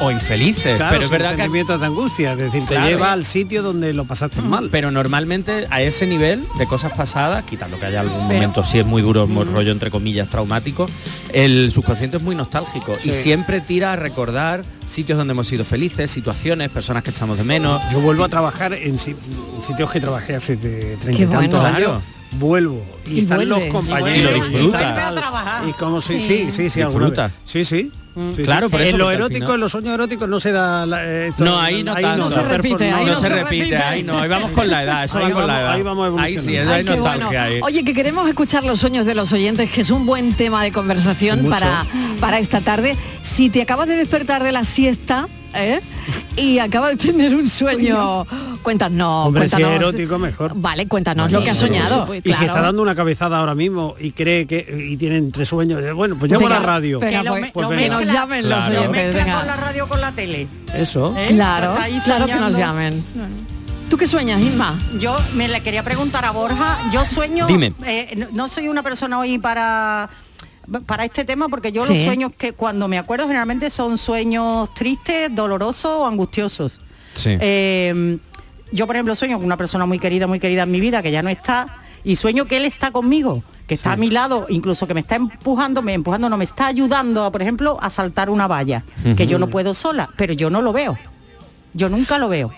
[SPEAKER 5] o infelices.
[SPEAKER 3] Claro,
[SPEAKER 5] Eh, pero es verdad que...
[SPEAKER 3] sentimientos de angustia, es decir, te
[SPEAKER 5] Claro.
[SPEAKER 3] lleva al sitio donde lo pasaste mal.
[SPEAKER 5] Pero normalmente a ese nivel de cosas pasadas, quitando que haya algún momento si es muy duro, muy rollo entre comillas traumático, el subconsciente es muy nostálgico y siempre tira a recordar sitios donde hemos sido felices, situaciones, personas que echamos de menos.
[SPEAKER 3] Yo vuelvo a trabajar en, si- en sitios que trabajé hace de treinta y
[SPEAKER 4] Qué
[SPEAKER 3] tantos
[SPEAKER 4] bueno.
[SPEAKER 3] años. Vuelvo y,
[SPEAKER 4] Y
[SPEAKER 3] están
[SPEAKER 4] vuelves.
[SPEAKER 3] los compañeros
[SPEAKER 5] Y lo disfrutas.
[SPEAKER 3] y
[SPEAKER 1] Vuelve a trabajar.
[SPEAKER 3] y como sí sí Mm. sí sí alguna
[SPEAKER 5] Disfrutas.
[SPEAKER 3] vez. sí sí Sí, sí.
[SPEAKER 5] Claro, por eso,
[SPEAKER 3] en lo
[SPEAKER 5] porque al
[SPEAKER 3] erótico,
[SPEAKER 5] final-
[SPEAKER 3] en los sueños eróticos no se da la- eh, esto-
[SPEAKER 5] No, ahí no tanto.
[SPEAKER 4] No se
[SPEAKER 3] da
[SPEAKER 4] repite,
[SPEAKER 3] performance.
[SPEAKER 4] ahí
[SPEAKER 5] no,
[SPEAKER 4] no
[SPEAKER 5] se
[SPEAKER 4] se
[SPEAKER 5] repite,
[SPEAKER 4] repite.
[SPEAKER 5] ahí no, ahí vamos con la edad, eso
[SPEAKER 3] Ahí
[SPEAKER 5] va con la
[SPEAKER 3] vamos-
[SPEAKER 5] edad.
[SPEAKER 3] ahí vamos
[SPEAKER 5] Ahí sí,
[SPEAKER 3] evolucionando.
[SPEAKER 5] hay
[SPEAKER 4] Ay, qué
[SPEAKER 5] nostalgia
[SPEAKER 4] bueno.
[SPEAKER 5] ahí.
[SPEAKER 4] Oye, que queremos escuchar los sueños de los oyentes, que es un buen tema de conversación para, para esta tarde. Si te acabas de despertar de la siesta, ¿eh? y acaba de tener un sueño. Cuéntanos,
[SPEAKER 3] Hombre, si es
[SPEAKER 4] cuéntanos.
[SPEAKER 3] erótico, mejor.
[SPEAKER 4] Vale, cuéntanos lo que has
[SPEAKER 3] Sí,
[SPEAKER 4] soñado.
[SPEAKER 3] Y si
[SPEAKER 4] claro.
[SPEAKER 3] está dando una cabezada ahora mismo y cree que y tiene entre sueños, eh, bueno, pues llamo a la
[SPEAKER 4] Venga,
[SPEAKER 3] radio.
[SPEAKER 4] venga,
[SPEAKER 3] Pues
[SPEAKER 4] pues, que
[SPEAKER 3] venga.
[SPEAKER 4] nos llamen los
[SPEAKER 3] Claro.
[SPEAKER 4] oyentes, venga. Oh.
[SPEAKER 6] la radio con la tele.
[SPEAKER 3] Eso.
[SPEAKER 6] ¿eh?
[SPEAKER 4] Claro,
[SPEAKER 6] Está ahí
[SPEAKER 4] claro que nos
[SPEAKER 6] soñando.
[SPEAKER 4] llamen. ¿Tú qué sueñas, Isma?
[SPEAKER 6] Yo me le quería preguntar a Borja, yo sueño,
[SPEAKER 4] Dime.
[SPEAKER 6] eh, no, no soy una persona hoy para para este tema porque yo los
[SPEAKER 4] Sí.
[SPEAKER 6] sueños que cuando me acuerdo generalmente son sueños tristes, dolorosos o angustiosos.
[SPEAKER 5] Sí.
[SPEAKER 6] Eh, yo, por ejemplo, sueño con una persona muy querida, muy querida en mi vida, que ya no está, y sueño que él está conmigo, que está a mi lado, incluso que me está empujando, me empujando, no, me está ayudando, por ejemplo, a saltar una valla, que yo no
[SPEAKER 5] Ujú.
[SPEAKER 6] puedo sola, pero yo no lo veo. Yo nunca lo veo.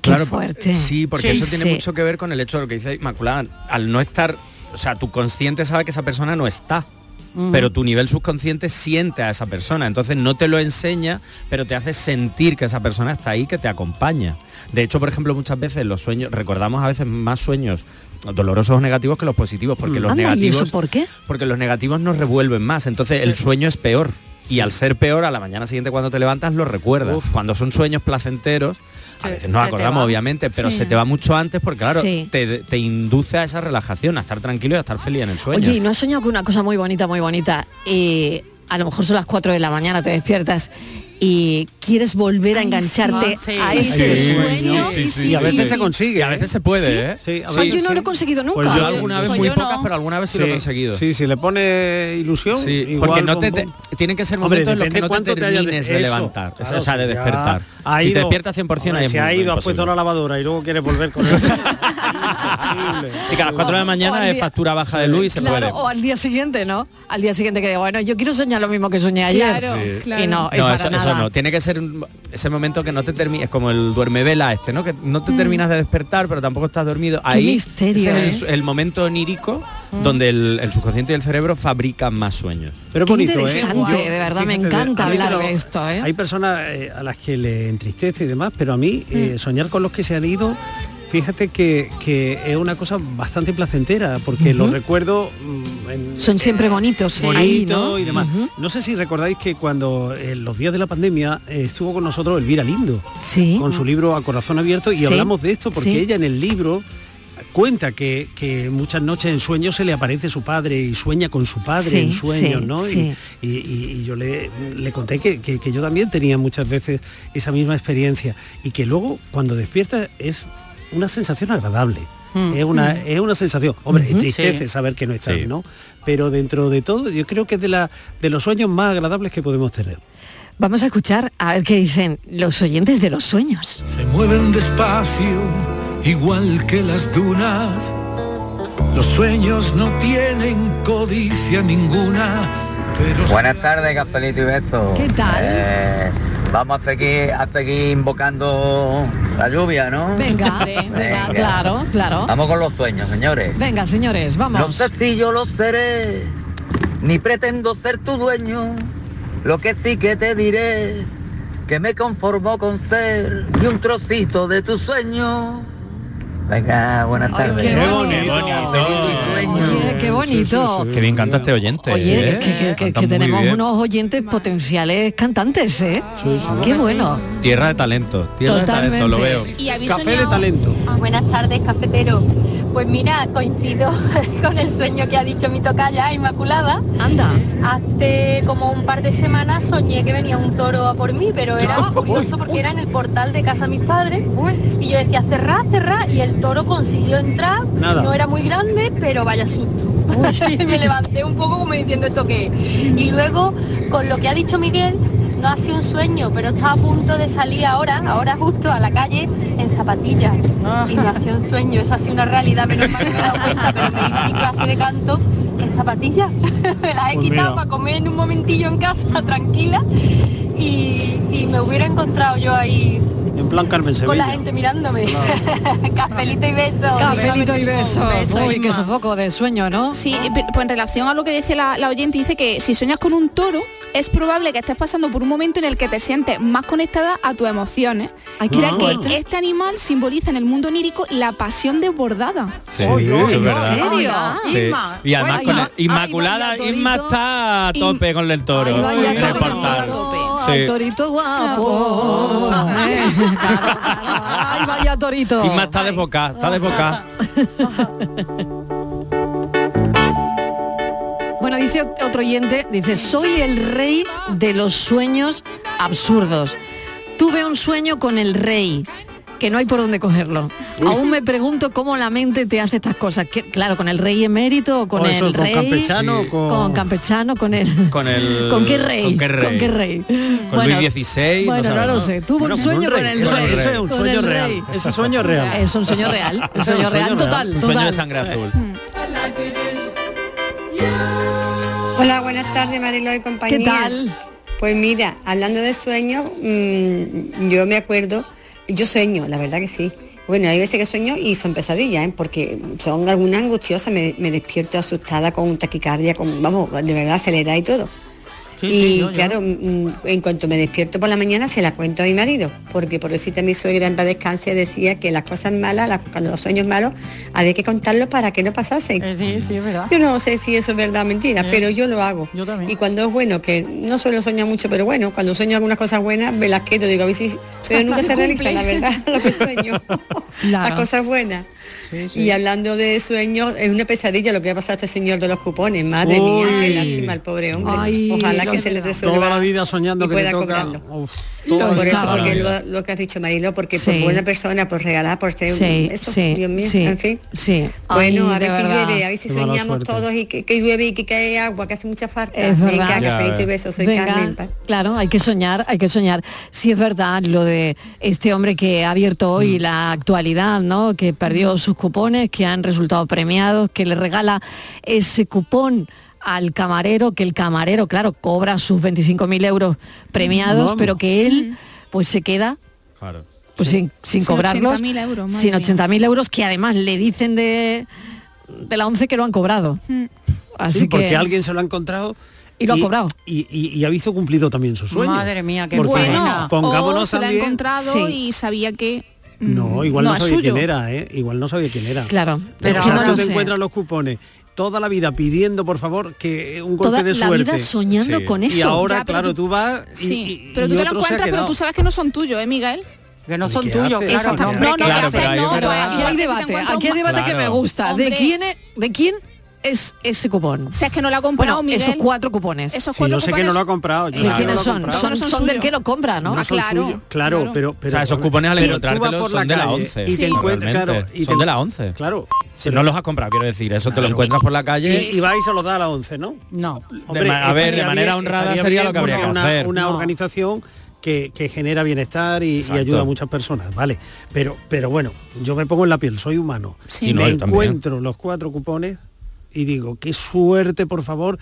[SPEAKER 5] Claro,
[SPEAKER 6] fuerte.
[SPEAKER 5] Sí, porque
[SPEAKER 6] Sí,
[SPEAKER 5] eso tiene
[SPEAKER 6] sí.
[SPEAKER 5] mucho que ver con el hecho de lo que dice Inmaculada. Al no estar, o sea, tu consciente sabe que esa persona no está.
[SPEAKER 4] Mm.
[SPEAKER 6] Ujú.
[SPEAKER 5] Pero tu nivel subconsciente siente a esa persona, entonces no te lo enseña, pero te hace sentir que esa persona está ahí, que te acompaña. De hecho, por ejemplo, muchas veces los sueños, recordamos a veces más sueños dolorosos o negativos que los positivos, porque los
[SPEAKER 4] Mm. Anda, ¿y
[SPEAKER 5] negativos
[SPEAKER 4] eso por qué?
[SPEAKER 5] porque los negativos nos revuelven más, entonces el sueño es peor. Y al ser peor, a la mañana siguiente cuando te levantas lo recuerdas. Cuando son sueños placenteros, a veces nos
[SPEAKER 11] se te
[SPEAKER 5] acordamos
[SPEAKER 11] va.
[SPEAKER 5] obviamente, pero
[SPEAKER 11] Sí.
[SPEAKER 5] se te va mucho antes porque claro,
[SPEAKER 4] Sí.
[SPEAKER 5] te, te induce a esa relajación, a estar tranquilo y a estar feliz en el sueño.
[SPEAKER 4] Oye, ¿y no has soñado con una cosa muy bonita, muy bonita? Y a lo mejor son las 4 de la mañana, te despiertas y quieres volver a engancharte
[SPEAKER 5] sí.
[SPEAKER 4] a
[SPEAKER 5] Sí,
[SPEAKER 4] ese
[SPEAKER 5] sí,
[SPEAKER 4] sueño.
[SPEAKER 5] sí, sí, sí,
[SPEAKER 3] y a
[SPEAKER 5] sí,
[SPEAKER 3] veces
[SPEAKER 5] sí.
[SPEAKER 3] se consigue.
[SPEAKER 5] a veces se puede, ¿eh?
[SPEAKER 3] Sí, a
[SPEAKER 4] Ay,
[SPEAKER 3] veces
[SPEAKER 4] yo no
[SPEAKER 3] sí.
[SPEAKER 4] lo he conseguido nunca.
[SPEAKER 3] Pues yo
[SPEAKER 5] Yo alguna vez,
[SPEAKER 3] pues
[SPEAKER 5] muy
[SPEAKER 3] yo
[SPEAKER 5] pocas,
[SPEAKER 3] no.
[SPEAKER 5] pero alguna vez sí, lo he conseguido.
[SPEAKER 3] Sí, si le pone ilusión,
[SPEAKER 5] Sí,
[SPEAKER 3] igual
[SPEAKER 5] porque no
[SPEAKER 3] pum,
[SPEAKER 5] te,
[SPEAKER 3] pum.
[SPEAKER 5] te- tienen que ser
[SPEAKER 3] Hombre,
[SPEAKER 5] momentos en los
[SPEAKER 3] depende
[SPEAKER 5] que no
[SPEAKER 3] cuánto
[SPEAKER 5] te
[SPEAKER 3] hayas
[SPEAKER 5] termines de,
[SPEAKER 3] eso,
[SPEAKER 5] levantar, o sea,
[SPEAKER 3] claro,
[SPEAKER 5] o sea, de
[SPEAKER 3] ya
[SPEAKER 5] despertar.
[SPEAKER 3] ha
[SPEAKER 5] si te
[SPEAKER 3] ido-
[SPEAKER 5] despiertas 100%
[SPEAKER 3] hombre,
[SPEAKER 5] ahí es
[SPEAKER 3] se ha
[SPEAKER 5] muy
[SPEAKER 3] ido, ha
[SPEAKER 5] imposible.
[SPEAKER 3] puesto la lavadora y luego quiere volver con eso.
[SPEAKER 5] Sí, que a las 4 de la mañana es factura baja de luz y se
[SPEAKER 4] Claro,
[SPEAKER 5] puede.
[SPEAKER 4] o al día siguiente, ¿no? Al día siguiente que digo, bueno, yo quiero soñar lo mismo que soñé ayer.
[SPEAKER 5] Sí.
[SPEAKER 4] Y no, y
[SPEAKER 5] No,
[SPEAKER 4] para
[SPEAKER 5] eso, eso
[SPEAKER 4] nada.
[SPEAKER 5] no. Tiene que ser un- ese momento que no te termines, como el duerme vela este, ¿no? Que no te
[SPEAKER 4] Mm.
[SPEAKER 5] terminas de despertar, pero tampoco estás dormido. Ahí ese
[SPEAKER 4] misterio, ¿eh? Mm.
[SPEAKER 5] es el, el momento onírico donde el, el subconsciente y el cerebro fabrican más sueños.
[SPEAKER 3] Pero es
[SPEAKER 4] Qué
[SPEAKER 3] bonito, ¿eh?
[SPEAKER 4] interesante,
[SPEAKER 3] Yo-
[SPEAKER 4] de verdad, me
[SPEAKER 3] fíjate,
[SPEAKER 4] encanta
[SPEAKER 3] a mí
[SPEAKER 4] hablar
[SPEAKER 3] me lo-
[SPEAKER 4] de esto, ¿eh?
[SPEAKER 3] Hay personas eh, a las que le entristece y demás, pero a mí eh,
[SPEAKER 4] Mm.
[SPEAKER 3] soñar con los que se han ido, fíjate que, que es una cosa bastante placentera, porque los recuerdos mm, en-
[SPEAKER 4] Son siempre bonitos, eh, ahí,
[SPEAKER 3] bonito
[SPEAKER 4] ¿no?
[SPEAKER 3] y demás.
[SPEAKER 4] Ujú.
[SPEAKER 3] No sé si recordáis que cuando en los días de la pandemia eh, estuvo con nosotros Elvira Lindo, con su libro A Corazón Abierto, y
[SPEAKER 11] Sí.
[SPEAKER 3] hablamos de esto porque
[SPEAKER 11] Sí.
[SPEAKER 3] ella en el libro cuenta que, que muchas noches en sueños se le aparece su padre y sueña con su padre
[SPEAKER 11] Sí,
[SPEAKER 3] en sueños,
[SPEAKER 11] sí,
[SPEAKER 3] ¿no? Y-
[SPEAKER 11] sí.
[SPEAKER 3] Y, y- y yo le, le conté que, que- que yo también tenía muchas veces esa misma experiencia y que luego cuando despierta es una sensación agradable.
[SPEAKER 12] Hmm.
[SPEAKER 11] Mm.
[SPEAKER 3] Es una,
[SPEAKER 11] Mm.
[SPEAKER 3] es una sensación, hombre,
[SPEAKER 11] Ujú.
[SPEAKER 3] tristeza
[SPEAKER 11] Sí.
[SPEAKER 3] saber que no están,
[SPEAKER 11] Sí.
[SPEAKER 3] ¿no? Pero dentro de todo, yo creo que es de, la, de los sueños más agradables que podemos tener.
[SPEAKER 4] Vamos a escuchar a ver qué dicen los oyentes de los sueños.
[SPEAKER 12] Se mueven despacio, igual que las dunas. Los sueños no tienen codicia ninguna, pero...
[SPEAKER 13] Buenas tardes, Cafelito y Beto.
[SPEAKER 12] ¿Qué tal?
[SPEAKER 13] Eh, vamos hasta aquí, hasta aquí invocando la lluvia, ¿no?
[SPEAKER 4] Venga, venga, claro, claro.
[SPEAKER 13] Vamos con los sueños, señores.
[SPEAKER 4] Venga, señores,
[SPEAKER 13] No
[SPEAKER 4] vamos.
[SPEAKER 13] sé si yo lo seré, ni pretendo ser tu dueño. Lo que sí que te diré, que me conformo con ser y un trocito de tu sueño. Venga, buenas tardes.
[SPEAKER 4] qué
[SPEAKER 13] Oye,
[SPEAKER 4] qué bonito.
[SPEAKER 5] Que bien canta este oyente.
[SPEAKER 4] Oye,
[SPEAKER 5] ¿eh?
[SPEAKER 4] es que, que- que-
[SPEAKER 5] Canta
[SPEAKER 4] que
[SPEAKER 5] muy
[SPEAKER 4] tenemos
[SPEAKER 5] bien.
[SPEAKER 4] unos oyentes potenciales cantantes, ¿eh? Qué bueno.
[SPEAKER 5] Tierra de talento, tierra de talento, lo veo.
[SPEAKER 14] Y habéis
[SPEAKER 3] Café de
[SPEAKER 14] soñado-
[SPEAKER 3] talento.
[SPEAKER 14] Ah, buenas tardes, cafetero. Pues mira, coincido con el sueño que ha dicho mi tocaya Inmaculada.
[SPEAKER 4] Anda.
[SPEAKER 14] Hace como un par de semanas soñé que venía un toro a por mí, pero era curioso porque era en el portal de casa de mis padres. Y yo decía, cerrá, cerrá, y el toro consiguió entrar.
[SPEAKER 15] Nada.
[SPEAKER 14] No era muy grande, pero vaya susto. Me levanté un poco como diciendo esto que es. Y luego, con lo que ha dicho Miguel, no ha sido un sueño, pero estaba a punto de salir ahora, ahora justo a la calle, en zapatillas. Y no ha sido un sueño, eso ha sido una realidad, menos mal que me he dado cuenta, pero mi, mi clase de canto en zapatillas. me las he
[SPEAKER 16] Pues
[SPEAKER 14] quitado
[SPEAKER 16] mira.
[SPEAKER 14] para comer en un momentillo en casa, tranquila. Y, y me hubiera encontrado yo ahí
[SPEAKER 3] En plan Carmen
[SPEAKER 14] con la
[SPEAKER 3] Sevilla.
[SPEAKER 14] gente mirándome. Cafelito y besos.
[SPEAKER 4] Cafelito y besos.
[SPEAKER 7] Beso,
[SPEAKER 4] Uy, qué
[SPEAKER 7] Inma.
[SPEAKER 4] sofoco de sueño, ¿no?
[SPEAKER 7] Sí, eh, pe- pues en relación a lo que dice la, la oyente, dice que si sueñas con un toro, es probable que estés pasando por un momento en el que te sientes más conectada a tus emociones,
[SPEAKER 4] Ay, qué
[SPEAKER 7] ya
[SPEAKER 4] fuerte.
[SPEAKER 7] que este animal simboliza en el mundo onírico la pasión desbordada.
[SPEAKER 5] Sí, eso es verdad.
[SPEAKER 7] serio?
[SPEAKER 13] Ah,
[SPEAKER 5] Sí.
[SPEAKER 7] Inma.
[SPEAKER 5] Y además
[SPEAKER 7] Ay,
[SPEAKER 5] con
[SPEAKER 7] Inma.
[SPEAKER 5] la- Inmaculada, Inma está a tope con el toro. en el portal.
[SPEAKER 4] Ay,
[SPEAKER 5] Sí.
[SPEAKER 4] torito guapo. eh. Ay, vaya torito.
[SPEAKER 5] Inma está desbocada, está desbocada.
[SPEAKER 4] Bueno, dice ot- otro oyente, dice, soy el rey de los sueños absurdos. Tuve un sueño con el rey, que no hay por dónde cogerlo. Aún me pregunto cómo la mente te hace estas cosas. Que, claro, con el rey emérito, o con
[SPEAKER 3] O
[SPEAKER 4] el
[SPEAKER 3] eso, con
[SPEAKER 4] rey.
[SPEAKER 3] campechano, Sí. con-
[SPEAKER 4] con campechano, con el.
[SPEAKER 5] Con el.
[SPEAKER 4] ¿Con qué rey?
[SPEAKER 5] ¿Con qué rey?
[SPEAKER 4] ¿Con qué rey?
[SPEAKER 5] Con Luis XVI.
[SPEAKER 4] bueno, no
[SPEAKER 5] sabemos,
[SPEAKER 4] lo sé. Tuvo
[SPEAKER 5] Bueno,
[SPEAKER 4] un
[SPEAKER 5] con
[SPEAKER 4] sueño con el
[SPEAKER 5] Con
[SPEAKER 4] rey.
[SPEAKER 5] el
[SPEAKER 3] Eso es un
[SPEAKER 4] Con
[SPEAKER 3] sueño
[SPEAKER 4] el
[SPEAKER 3] real.
[SPEAKER 4] rey.
[SPEAKER 3] Ese sueño es real.
[SPEAKER 4] Es un sueño real. Un
[SPEAKER 3] Ese es
[SPEAKER 4] sueño real total. Mm.
[SPEAKER 5] Un sueño de
[SPEAKER 4] total.
[SPEAKER 5] sangre azul.
[SPEAKER 11] Hola, buenas tardes Marilo y compañía.
[SPEAKER 4] ¿Qué tal?
[SPEAKER 11] Pues mira, hablando de sueños, mm, yo me acuerdo, yo sueño, la verdad que sí. Bueno, hay veces que sueño y son pesadillas, ¿eh? porque son algunas angustiosas, me, me despierto asustada con taquicardia, con, vamos, de verdad acelerada y todo.
[SPEAKER 15] Sí,
[SPEAKER 11] y
[SPEAKER 15] sí, yo- yo.
[SPEAKER 11] claro, mm, en cuanto me despierto por la mañana se la cuento a mi marido, porque por pobrecita mi suegra en paz descanse decía que las cosas malas, las- cuando los sueños malos, había que contarlos para que no pasasen.
[SPEAKER 6] Sí, sí, es verdad.
[SPEAKER 11] Yo no sé si eso es verdad o mentira,
[SPEAKER 6] Eh,
[SPEAKER 11] pero yo lo hago. Y cuando es bueno, que no suelo soñar mucho, pero bueno, cuando sueño algunas cosas buenas, me las quedo, digo, a ver si... Pero nunca se realiza, la verdad, lo que sueño. Las cosas buenas. Y hablando de sueños, es una pesadilla lo que ha pasado a este señor de los cupones, madre mía, qué
[SPEAKER 3] Uy.
[SPEAKER 11] lástima al pobre hombre.
[SPEAKER 3] Ay,
[SPEAKER 11] Ojalá que
[SPEAKER 3] Dios.
[SPEAKER 11] se le resuelva.
[SPEAKER 3] Toda la vida soñando
[SPEAKER 11] y
[SPEAKER 3] que le
[SPEAKER 11] pueda
[SPEAKER 3] toca.
[SPEAKER 11] cobrarlo.
[SPEAKER 3] Uf,
[SPEAKER 11] Por
[SPEAKER 3] toda la
[SPEAKER 11] eso,
[SPEAKER 3] vida.
[SPEAKER 11] porque lo, lo que has dicho Marilo, porque
[SPEAKER 4] Sí.
[SPEAKER 11] por buena persona, por regalar, por ser
[SPEAKER 4] Sí,
[SPEAKER 11] eso,
[SPEAKER 4] sí,
[SPEAKER 11] Dios mío,
[SPEAKER 4] sí,
[SPEAKER 11] en fin.
[SPEAKER 4] sí.
[SPEAKER 11] Bueno,
[SPEAKER 4] Ay,
[SPEAKER 11] a
[SPEAKER 4] de
[SPEAKER 11] ver si
[SPEAKER 4] verdad.
[SPEAKER 11] llueve, a ver si
[SPEAKER 4] Qué mala
[SPEAKER 11] soñamos
[SPEAKER 4] suerte.
[SPEAKER 11] todos y que, que llueve y que cae agua, que hace mucha falta.
[SPEAKER 4] Es verdad.
[SPEAKER 11] Venga, cafelito y besos, soy
[SPEAKER 4] Venga,
[SPEAKER 11] Carmen.
[SPEAKER 4] Claro, hay que soñar, hay que soñar. Sí es verdad lo de este hombre que ha abierto hoy la actualidad, ¿no? Que perdió sus cupones, que han resultado premiados, que le regala ese cupón al camarero, que el camarero, claro, cobra sus 25.000 euros premiados,
[SPEAKER 16] Vamos.
[SPEAKER 4] pero que él, pues se queda
[SPEAKER 5] Claro.
[SPEAKER 4] pues sin, sin
[SPEAKER 7] Mm. Sin
[SPEAKER 4] cobrarlos,
[SPEAKER 7] 80.000 euros, madre
[SPEAKER 4] sin
[SPEAKER 7] mía.
[SPEAKER 4] 80.000 euros que además le dicen de, de la 11 que lo han cobrado.
[SPEAKER 7] Mm.
[SPEAKER 4] Así
[SPEAKER 3] Sí,
[SPEAKER 4] que
[SPEAKER 3] porque alguien se lo ha encontrado
[SPEAKER 4] Y lo ha cobrado.
[SPEAKER 3] Y, y- y ha visto cumplido también su sueño.
[SPEAKER 6] Madre mía, qué
[SPEAKER 3] Porque
[SPEAKER 6] bueno.
[SPEAKER 3] Pongámonos
[SPEAKER 7] se la ha
[SPEAKER 3] también.
[SPEAKER 7] encontrado y sabía que
[SPEAKER 3] No, igual
[SPEAKER 7] No,
[SPEAKER 3] no,
[SPEAKER 7] es
[SPEAKER 3] sabía
[SPEAKER 7] suyo.
[SPEAKER 3] quién era, ¿eh? Igual no sabía quién era.
[SPEAKER 4] Claro,
[SPEAKER 3] Pero
[SPEAKER 4] pero
[SPEAKER 3] si
[SPEAKER 4] no
[SPEAKER 3] tú
[SPEAKER 4] lo
[SPEAKER 3] te
[SPEAKER 4] sé.
[SPEAKER 3] encuentras los cupones toda la vida pidiendo, por favor, que un golpe
[SPEAKER 4] Toda
[SPEAKER 3] de
[SPEAKER 4] la
[SPEAKER 3] suerte.
[SPEAKER 4] vida soñando con
[SPEAKER 3] Y
[SPEAKER 4] eso.
[SPEAKER 3] ahora,
[SPEAKER 4] Ya, pero
[SPEAKER 3] claro,
[SPEAKER 4] tú-
[SPEAKER 3] tú, vas y,
[SPEAKER 7] sí.
[SPEAKER 3] y-
[SPEAKER 7] pero
[SPEAKER 3] y
[SPEAKER 7] tú te lo
[SPEAKER 3] otro se ha
[SPEAKER 7] encuentras, pero
[SPEAKER 3] quedado.
[SPEAKER 7] tú sabes que no son tuyos, ¿eh, Miguel?
[SPEAKER 6] Que no son
[SPEAKER 3] qué
[SPEAKER 6] tuyos,
[SPEAKER 3] haces?
[SPEAKER 6] claro.
[SPEAKER 3] Exacto.
[SPEAKER 6] hombre,
[SPEAKER 3] No, no,
[SPEAKER 6] claro,
[SPEAKER 3] ¿qué
[SPEAKER 6] pero
[SPEAKER 3] haces?
[SPEAKER 6] ahí es
[SPEAKER 3] No,
[SPEAKER 6] verdad.
[SPEAKER 4] Aquí hay debate, aquí hay debate que me gusta. ¿De
[SPEAKER 7] Hombre.
[SPEAKER 4] quién, es- ¿De quién es ese cupón?
[SPEAKER 7] O sea, es que no la ha comprado,
[SPEAKER 4] Bueno,
[SPEAKER 7] Miguel.
[SPEAKER 4] esos cuatro cupones.
[SPEAKER 7] Esos
[SPEAKER 3] Sí,
[SPEAKER 7] cuatro
[SPEAKER 3] yo sé que
[SPEAKER 7] cupones-
[SPEAKER 3] no lo ha comprado. yo
[SPEAKER 4] ¿De
[SPEAKER 3] sé que no
[SPEAKER 4] quiénes
[SPEAKER 3] lo ha
[SPEAKER 4] son?
[SPEAKER 3] comprado.
[SPEAKER 4] Son, son del que lo compra, ¿no? Ah,
[SPEAKER 3] No son suyos. Claro, pero, pero
[SPEAKER 5] o sea, esos cupones al
[SPEAKER 3] Pero tú
[SPEAKER 5] encontrártelos
[SPEAKER 3] vas por
[SPEAKER 5] son
[SPEAKER 3] la
[SPEAKER 5] de la
[SPEAKER 3] calle
[SPEAKER 5] 11.
[SPEAKER 3] y te encuentras,
[SPEAKER 5] realmente.
[SPEAKER 3] claro, y
[SPEAKER 5] son
[SPEAKER 3] te-
[SPEAKER 5] de la 11.
[SPEAKER 3] Claro.
[SPEAKER 5] Si no los has comprado, quiero decir, eso te lo encuentras por la calle.
[SPEAKER 3] Y, y va y se los da a la 11, ¿no?
[SPEAKER 6] No.
[SPEAKER 5] ma- a ver, de manera honrada sería lo que habría que
[SPEAKER 3] una,
[SPEAKER 5] hacer.
[SPEAKER 3] Una
[SPEAKER 5] No.
[SPEAKER 3] organización que, que genera bienestar y- y,
[SPEAKER 5] Exacto.
[SPEAKER 3] ayuda a muchas personas, ¿vale? Pero, pero bueno, yo me pongo en la piel, soy humano.
[SPEAKER 5] Sí. Sí, no,
[SPEAKER 3] me
[SPEAKER 5] yo también.
[SPEAKER 3] encuentro los cuatro cupones y digo, qué suerte, por favor.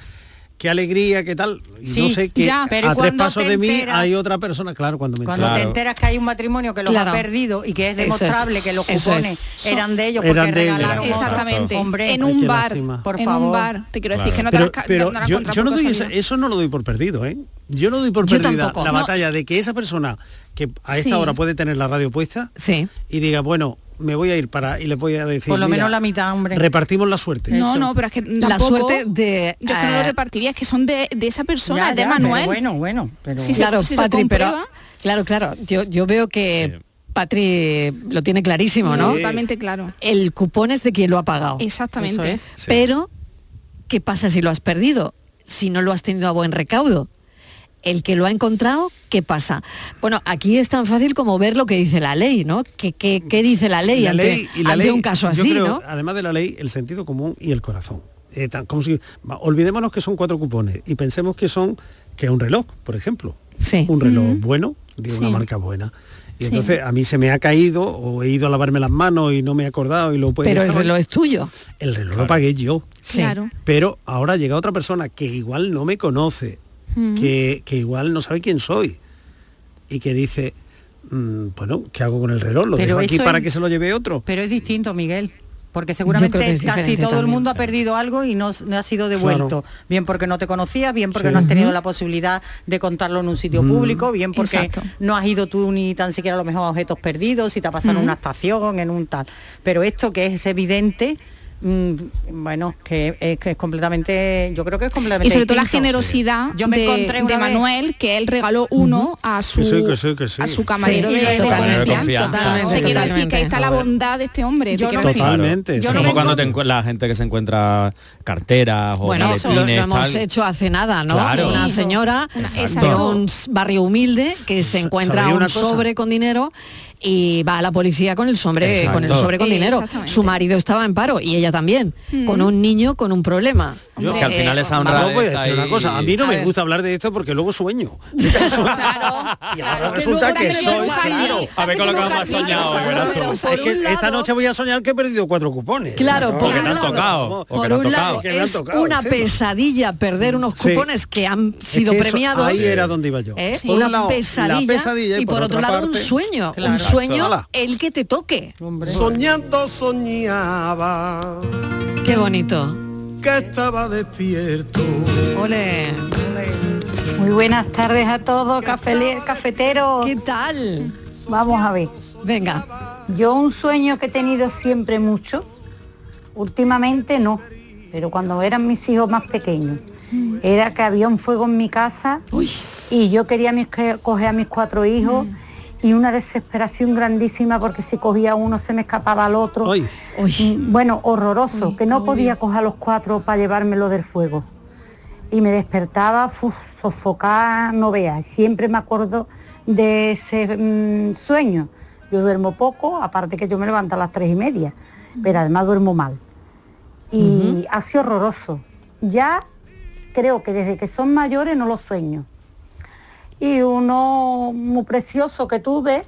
[SPEAKER 3] Qué alegría, qué tal. Y
[SPEAKER 6] Sí,
[SPEAKER 3] no sé que
[SPEAKER 6] ya,
[SPEAKER 3] a
[SPEAKER 6] pero
[SPEAKER 3] tres
[SPEAKER 6] cuando
[SPEAKER 3] pasos
[SPEAKER 6] te
[SPEAKER 3] de mí
[SPEAKER 6] enteras-
[SPEAKER 3] hay otra persona, claro, cuando me
[SPEAKER 6] Cuando te
[SPEAKER 3] entero.
[SPEAKER 6] enteras que hay un matrimonio que los
[SPEAKER 3] Claro.
[SPEAKER 6] ha perdido y que es
[SPEAKER 3] Eso es,
[SPEAKER 6] demostrable que los
[SPEAKER 3] eso
[SPEAKER 6] cupones
[SPEAKER 3] es.
[SPEAKER 6] eran de ellos
[SPEAKER 3] Eran
[SPEAKER 6] porque
[SPEAKER 3] de ellos.
[SPEAKER 6] regalaron otro.
[SPEAKER 7] Exactamente.
[SPEAKER 6] Hombre,
[SPEAKER 7] en
[SPEAKER 3] Ay,
[SPEAKER 7] un
[SPEAKER 3] qué
[SPEAKER 7] bar,
[SPEAKER 3] lástima.
[SPEAKER 7] por
[SPEAKER 3] En
[SPEAKER 7] favor.
[SPEAKER 3] un
[SPEAKER 7] bar. Te quiero decir que no te
[SPEAKER 3] pero,
[SPEAKER 7] la has ca-
[SPEAKER 3] pero
[SPEAKER 7] no la has
[SPEAKER 3] yo,
[SPEAKER 7] encontrado
[SPEAKER 3] yo no
[SPEAKER 7] por
[SPEAKER 3] doy esa-
[SPEAKER 7] casualidad.
[SPEAKER 3] eso no lo doy por perdido, ¿eh? Yo no doy por
[SPEAKER 4] Yo
[SPEAKER 3] perdida
[SPEAKER 4] tampoco,
[SPEAKER 3] la
[SPEAKER 4] no.
[SPEAKER 3] batalla de que esa persona que a esta
[SPEAKER 4] Sí.
[SPEAKER 3] hora puede tener la radio puesta
[SPEAKER 4] Sí.
[SPEAKER 3] y diga, bueno, me voy a ir para y le voy a decir,
[SPEAKER 6] Por lo
[SPEAKER 3] "Mira,
[SPEAKER 6] menos la mitad, hombre.
[SPEAKER 3] repartimos la suerte.
[SPEAKER 7] No, no, pero es que
[SPEAKER 4] La
[SPEAKER 7] tampoco-
[SPEAKER 4] suerte de,
[SPEAKER 7] Yo es que no lo
[SPEAKER 4] eh,
[SPEAKER 7] repartiría, es que son de, de esa persona,
[SPEAKER 6] Ya,
[SPEAKER 7] de
[SPEAKER 6] ya,
[SPEAKER 7] Manuel.
[SPEAKER 6] pero bueno, bueno, pero
[SPEAKER 7] Si se-
[SPEAKER 4] claro,
[SPEAKER 7] si se
[SPEAKER 4] Patri, pero
[SPEAKER 7] comprueba-
[SPEAKER 4] claro, claro, yo, yo veo que Patri lo tiene clarísimo, ¿no?
[SPEAKER 7] Totalmente claro.
[SPEAKER 4] El cupón es de quien lo ha pagado.
[SPEAKER 7] Exactamente. Eso es. Sí.
[SPEAKER 4] Pero, ¿qué pasa si lo has perdido? Si no lo has tenido a buen recaudo. El que lo ha encontrado, ¿qué pasa? Bueno, aquí es tan fácil como ver lo que dice la ley, ¿no? ¿Qué, qué- qué dice la ley, ante, ante un caso
[SPEAKER 3] yo
[SPEAKER 4] así,
[SPEAKER 3] creo,
[SPEAKER 4] no?
[SPEAKER 3] Además de la ley, el sentido común y el corazón. Eh, tan- como si, va, olvidémonos que son cuatro cupones y pensemos que son que es un reloj, por ejemplo. Un reloj bueno de una
[SPEAKER 17] Sí.
[SPEAKER 3] marca buena. Y
[SPEAKER 17] Sí.
[SPEAKER 3] entonces a mí se me ha caído o he ido a lavarme las manos y no me he acordado y lo puedo
[SPEAKER 4] Pero el reloj es tuyo.
[SPEAKER 3] Pues El reloj lo pagué yo.
[SPEAKER 4] Sí. Claro.
[SPEAKER 3] Pero ahora llega otra persona que igual no me conoce,
[SPEAKER 4] Mm.
[SPEAKER 3] que, que igual no sabe quién soy y que dice, mm, bueno, ¿qué hago con el reloj? Lo
[SPEAKER 6] Pero
[SPEAKER 3] dejo aquí
[SPEAKER 6] eso
[SPEAKER 3] para
[SPEAKER 6] es-
[SPEAKER 3] que se lo lleve otro.
[SPEAKER 6] Pero es distinto, Miguel. Porque seguramente
[SPEAKER 4] es
[SPEAKER 6] casi
[SPEAKER 4] diferente
[SPEAKER 6] todo el
[SPEAKER 4] también,
[SPEAKER 6] mundo ha perdido algo y no, no ha sido devuelto. Bien porque no te conocías, bien porque
[SPEAKER 4] Sí.
[SPEAKER 6] no has tenido
[SPEAKER 4] Ujú.
[SPEAKER 6] la posibilidad de contarlo en un sitio
[SPEAKER 4] Mm.
[SPEAKER 6] público, bien porque
[SPEAKER 4] Exacto.
[SPEAKER 6] no has ido tú ni tan siquiera a lo mejor a objetos perdidos, si te ha pasado en
[SPEAKER 4] Ujú.
[SPEAKER 6] una estación, en un tal. Pero esto que es evidente, mm, bueno, que es, que es completamente, yo creo que es completamente
[SPEAKER 7] Y sobre todo la
[SPEAKER 6] distinto.
[SPEAKER 7] generosidad
[SPEAKER 6] Yo me
[SPEAKER 7] de-
[SPEAKER 6] encontré
[SPEAKER 7] de,
[SPEAKER 6] una vez-
[SPEAKER 7] Manuel, que él regaló uno a su,
[SPEAKER 3] Que sí, que sí, que sí.
[SPEAKER 7] a su camarero
[SPEAKER 3] Sí,
[SPEAKER 7] de, de
[SPEAKER 3] totalmente,
[SPEAKER 7] confianza.
[SPEAKER 3] totalmente,
[SPEAKER 7] Te quiero decir que ahí está la
[SPEAKER 3] totalmente.
[SPEAKER 7] bondad de este hombre. te
[SPEAKER 3] Yo
[SPEAKER 7] quiero
[SPEAKER 3] no me-
[SPEAKER 7] decir.
[SPEAKER 3] Totalmente,
[SPEAKER 5] Claro.
[SPEAKER 3] sí.
[SPEAKER 5] Como cuando te encuentras la gente que se encuentra carteras o
[SPEAKER 4] Bueno, eso lo, lo
[SPEAKER 5] maletines,
[SPEAKER 4] hemos
[SPEAKER 5] tal.
[SPEAKER 4] hecho hace nada, ¿no?
[SPEAKER 5] Claro.
[SPEAKER 4] Una
[SPEAKER 5] Sí.
[SPEAKER 4] señora
[SPEAKER 5] Exacto.
[SPEAKER 4] de un s- barrio humilde que se encuentra
[SPEAKER 5] ¿sabéis
[SPEAKER 4] un
[SPEAKER 5] una cosa?
[SPEAKER 4] sobre con dinero y va a la policía con el sobre con el
[SPEAKER 5] Exacto.
[SPEAKER 4] sobre con
[SPEAKER 5] Sí,
[SPEAKER 4] dinero.
[SPEAKER 5] exactamente. Mm.
[SPEAKER 4] Su marido estaba en paro y ella también, con un niño con un problema.
[SPEAKER 3] Yo-
[SPEAKER 5] que al final esa honradez
[SPEAKER 3] Yo voy a decir
[SPEAKER 5] ahí-
[SPEAKER 3] una cosa, a mí no
[SPEAKER 5] A
[SPEAKER 3] me
[SPEAKER 5] ver.
[SPEAKER 3] gusta hablar de esto porque luego sueño. y ahora
[SPEAKER 5] que
[SPEAKER 3] resulta que
[SPEAKER 5] luego también
[SPEAKER 3] soy
[SPEAKER 5] lo vas a
[SPEAKER 3] claro.
[SPEAKER 5] ir, A ver con lo que también vamos a lo vas a soñar, ir, ¿verdad?
[SPEAKER 3] Bueno,
[SPEAKER 5] pero
[SPEAKER 3] es
[SPEAKER 5] por
[SPEAKER 3] que
[SPEAKER 5] un
[SPEAKER 3] esta noche voy a soñar que he perdido cuatro cupones.
[SPEAKER 4] Claro,
[SPEAKER 3] ¿no?
[SPEAKER 4] por un lado, por un lado
[SPEAKER 3] Que me han
[SPEAKER 4] es
[SPEAKER 3] tocado,
[SPEAKER 4] una
[SPEAKER 3] sí.
[SPEAKER 4] pesadilla perder unos
[SPEAKER 3] Sí.
[SPEAKER 4] cupones que han
[SPEAKER 3] Es
[SPEAKER 4] sido
[SPEAKER 3] que eso-
[SPEAKER 4] premiados.
[SPEAKER 3] Ahí era donde iba yo.
[SPEAKER 4] ¿eh?
[SPEAKER 3] Por
[SPEAKER 4] una
[SPEAKER 3] un lado, la
[SPEAKER 4] pesadilla,
[SPEAKER 3] pesadilla
[SPEAKER 4] y por, otro
[SPEAKER 3] otra
[SPEAKER 4] lado un
[SPEAKER 3] parte-
[SPEAKER 4] sueño, un
[SPEAKER 3] Claro.
[SPEAKER 4] sueño
[SPEAKER 3] Ala.
[SPEAKER 4] el que te toque.
[SPEAKER 2] Soñando soñaba
[SPEAKER 4] Qué bonito.
[SPEAKER 2] que estaba despierto.
[SPEAKER 4] Ole.
[SPEAKER 15] Muy buenas tardes a todos, cafele- cafeteros.
[SPEAKER 4] ¿Qué tal?
[SPEAKER 15] Vamos a ver.
[SPEAKER 4] Venga.
[SPEAKER 15] Yo un sueño que he tenido siempre mucho, últimamente no, pero cuando eran mis hijos más pequeños,
[SPEAKER 4] Mm.
[SPEAKER 15] era que había un fuego en mi casa y yo quería mis- que- coger a mis cuatro hijos
[SPEAKER 4] Mm.
[SPEAKER 15] y una desesperación grandísima porque si cogía a uno se me escapaba al otro. Mm, Bueno, horroroso, que no podía coger a los cuatro para llevármelo del fuego. Y me despertaba fu, sofocada, no veas. Siempre me acuerdo de ese mm, sueño. Yo duermo poco, aparte que yo me levanto a las tres y media, pero además duermo mal. Y
[SPEAKER 16] Ujú.
[SPEAKER 15] ha sido horroroso. Ya creo que desde que son mayores no los sueño. Y uno muy precioso que tuve,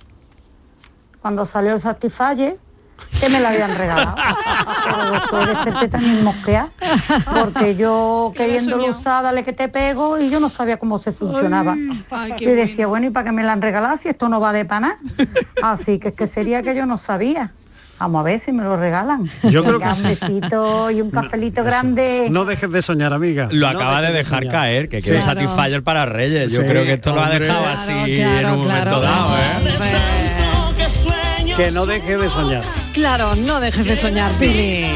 [SPEAKER 15] cuando salió el Satisfyer, que me lo habían regalado. Pero después desperté también mosquea, porque yo queriéndolo usar, dale que te pego, y yo no sabía cómo se funcionaba.
[SPEAKER 16] ay, qué
[SPEAKER 15] y decía, bueno, ¿y para qué me la han regalado si esto no vale para nada? Así que es que sería que yo no sabía. Vamos a ver si me lo regalan.
[SPEAKER 3] Yo creo
[SPEAKER 15] Venga,
[SPEAKER 3] que
[SPEAKER 15] un
[SPEAKER 3] sí.
[SPEAKER 15] besito y un cafelito grande.
[SPEAKER 3] No dejes de soñar, amiga.
[SPEAKER 5] Lo
[SPEAKER 3] No
[SPEAKER 5] acaba de
[SPEAKER 3] dejes
[SPEAKER 5] dejar
[SPEAKER 3] soñar.
[SPEAKER 5] caer, que
[SPEAKER 3] Sí.
[SPEAKER 5] quedó
[SPEAKER 3] Claro.
[SPEAKER 5] Satisfyer para Reyes. Yo
[SPEAKER 3] Sí,
[SPEAKER 5] creo que esto lo ha
[SPEAKER 3] hombre.
[SPEAKER 5] dejado así en un momento dado, ¿eh?
[SPEAKER 3] Que no dejes de soñar.
[SPEAKER 4] Claro, no dejes de soñar, Pili.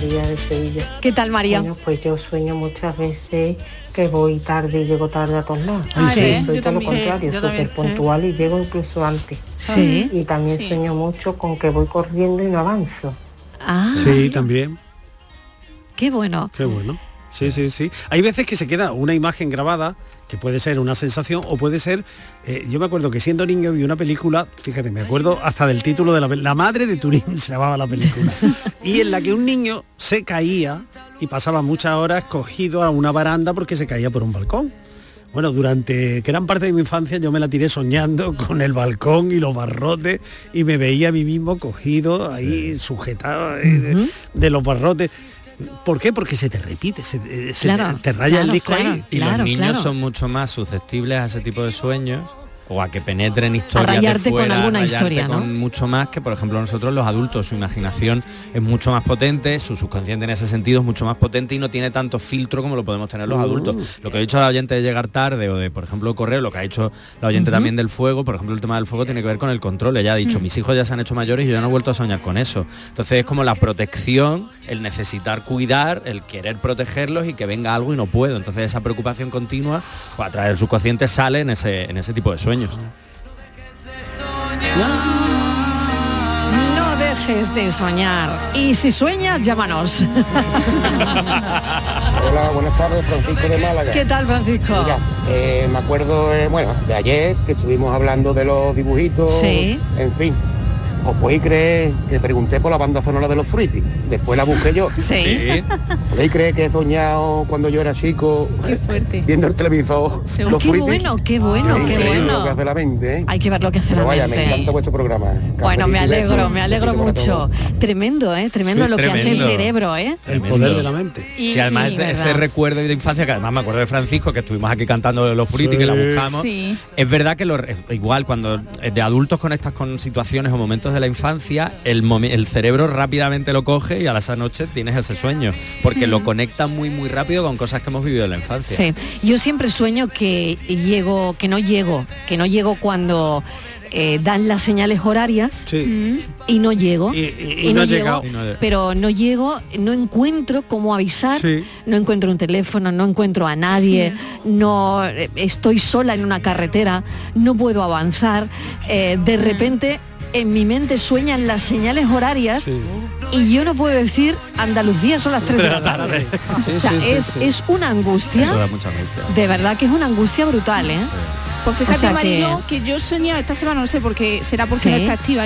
[SPEAKER 17] María de Sevilla.
[SPEAKER 4] ¿Qué tal, María?
[SPEAKER 17] Bueno, pues yo sueño muchas veces que voy tarde y llego tarde a todos lados.
[SPEAKER 4] Ay, Ah, sí.
[SPEAKER 17] Soy
[SPEAKER 4] Yo
[SPEAKER 17] todo lo
[SPEAKER 4] también.
[SPEAKER 17] contrario,
[SPEAKER 4] Sí, yo también,
[SPEAKER 17] súper puntual y llego incluso antes.
[SPEAKER 4] Sí.
[SPEAKER 17] Y también sueño mucho con que voy corriendo y no avanzo.
[SPEAKER 4] Ah,
[SPEAKER 3] Sí, también.
[SPEAKER 4] qué bueno.
[SPEAKER 3] Qué bueno. Sí, sí, sí. Hay veces que se queda una imagen grabada, que puede ser una sensación o puede ser... eh, yo me acuerdo que siendo niño vi una película, fíjate, me acuerdo hasta del título de la película, La madre de Turín se llamaba la película, y en la que un niño se caía y pasaba muchas horas cogido a una baranda porque se caía por un balcón. Bueno, durante gran parte de mi infancia yo me la tiré soñando con el balcón y los barrotes y me veía a mí mismo cogido ahí, sujetado eh, de, de los barrotes. ¿Por qué? Porque se te repite, se, eh, se
[SPEAKER 5] Claro,
[SPEAKER 3] te, te raya el
[SPEAKER 5] claro,
[SPEAKER 3] disco
[SPEAKER 5] claro.
[SPEAKER 3] ahí.
[SPEAKER 5] Y los niños son mucho más susceptibles a ese tipo de sueños o a que penetren
[SPEAKER 4] A
[SPEAKER 5] historias
[SPEAKER 4] rayarte
[SPEAKER 5] de fuera,
[SPEAKER 4] con alguna
[SPEAKER 5] a rayarte
[SPEAKER 4] historia, ¿no?
[SPEAKER 5] con mucho más que por ejemplo nosotros los adultos su imaginación es mucho más potente su subconsciente en ese sentido es mucho más potente y no tiene tanto filtro como lo podemos tener los
[SPEAKER 18] Uh.
[SPEAKER 5] adultos lo que ha dicho la oyente de llegar tarde o de por ejemplo correo lo que ha dicho la oyente también del fuego por ejemplo el tema del fuego tiene que ver con el control ella ha dicho
[SPEAKER 18] Mm.
[SPEAKER 5] mis hijos ya se han hecho mayores y yo ya no he vuelto a soñar con eso entonces es como la protección el necesitar cuidar el querer protegerlos y que venga algo y no puedo entonces esa preocupación continua pues, a través del subconsciente sale en ese en ese tipo de sueños
[SPEAKER 4] No dejes de soñar. Y si sueñas, llámanos.
[SPEAKER 19] Hola, buenas tardes, Francisco de Málaga.
[SPEAKER 4] ¿Qué tal, Francisco?
[SPEAKER 19] Mira, eh, me acuerdo, eh, bueno, de ayer que estuvimos hablando de los dibujitos,
[SPEAKER 4] Sí.
[SPEAKER 19] en fin. Os podéis creer que pregunté por la banda sonora de los Fruity, después la busqué yo.
[SPEAKER 4] Sí.
[SPEAKER 19] ¿Podéis creer que he soñado cuando yo era chico viendo el televisor? los
[SPEAKER 4] qué
[SPEAKER 19] Fruity?
[SPEAKER 4] bueno, qué bueno, qué
[SPEAKER 19] Increíble lo que
[SPEAKER 4] bueno.
[SPEAKER 19] hace la mente, ¿eh?
[SPEAKER 4] Hay que ver lo que hace
[SPEAKER 19] Pero
[SPEAKER 4] la
[SPEAKER 19] vaya,
[SPEAKER 4] mente.
[SPEAKER 19] me encanta vuestro programa.
[SPEAKER 4] Bueno,
[SPEAKER 19] Cafelito
[SPEAKER 4] me
[SPEAKER 19] y besos.
[SPEAKER 4] alegro, me alegro
[SPEAKER 19] Besito para
[SPEAKER 4] mucho. Tremendo, ¿eh? Tremendo
[SPEAKER 5] Sí,
[SPEAKER 4] lo que hace
[SPEAKER 5] tremendo.
[SPEAKER 4] el cerebro, ¿eh?
[SPEAKER 3] El poder de la mente.
[SPEAKER 5] Y
[SPEAKER 4] Sí,
[SPEAKER 5] además ese,
[SPEAKER 4] ¿verdad?
[SPEAKER 5] ese recuerdo de infancia, que además me acuerdo de Francisco, que estuvimos aquí cantando los frutis,
[SPEAKER 3] Sí.
[SPEAKER 5] que la buscamos.
[SPEAKER 4] Sí.
[SPEAKER 5] Es verdad que lo, re- igual cuando eh, de adultos conectas con situaciones o momentos recuerdos de la infancia, el, momen- el cerebro rápidamente lo coge y a las noche tienes ese sueño, porque lo conecta muy muy rápido con cosas que hemos vivido en la infancia.
[SPEAKER 4] Mm. Sí, yo siempre sueño que llego, que no llego, que no llego cuando eh, dan las señales horarias
[SPEAKER 3] Sí.
[SPEAKER 4] y no llego.
[SPEAKER 3] Y- y- y no ha llegado. Y no ha llegado.
[SPEAKER 4] Pero no llego, no encuentro cómo avisar,
[SPEAKER 3] Sí.
[SPEAKER 4] no encuentro un teléfono, no encuentro a nadie, no eh, estoy sola en una carretera, no puedo avanzar. eh, de repente en mi mente sueñan las señales horarias. Y yo no puedo decir, Andalucía son las 3 de la tarde.
[SPEAKER 5] Sí,
[SPEAKER 4] O sea,
[SPEAKER 5] sí, sí,
[SPEAKER 4] es,
[SPEAKER 5] sí.
[SPEAKER 4] es una angustia.
[SPEAKER 5] Eso da mucha angustia.
[SPEAKER 4] De verdad que es una angustia brutal, ¿eh?
[SPEAKER 7] Pues fíjate,
[SPEAKER 4] O sea que-
[SPEAKER 7] Marilo, que... yo he soñado esta semana, no sé por qué, será porque
[SPEAKER 4] Sí.
[SPEAKER 7] no está activa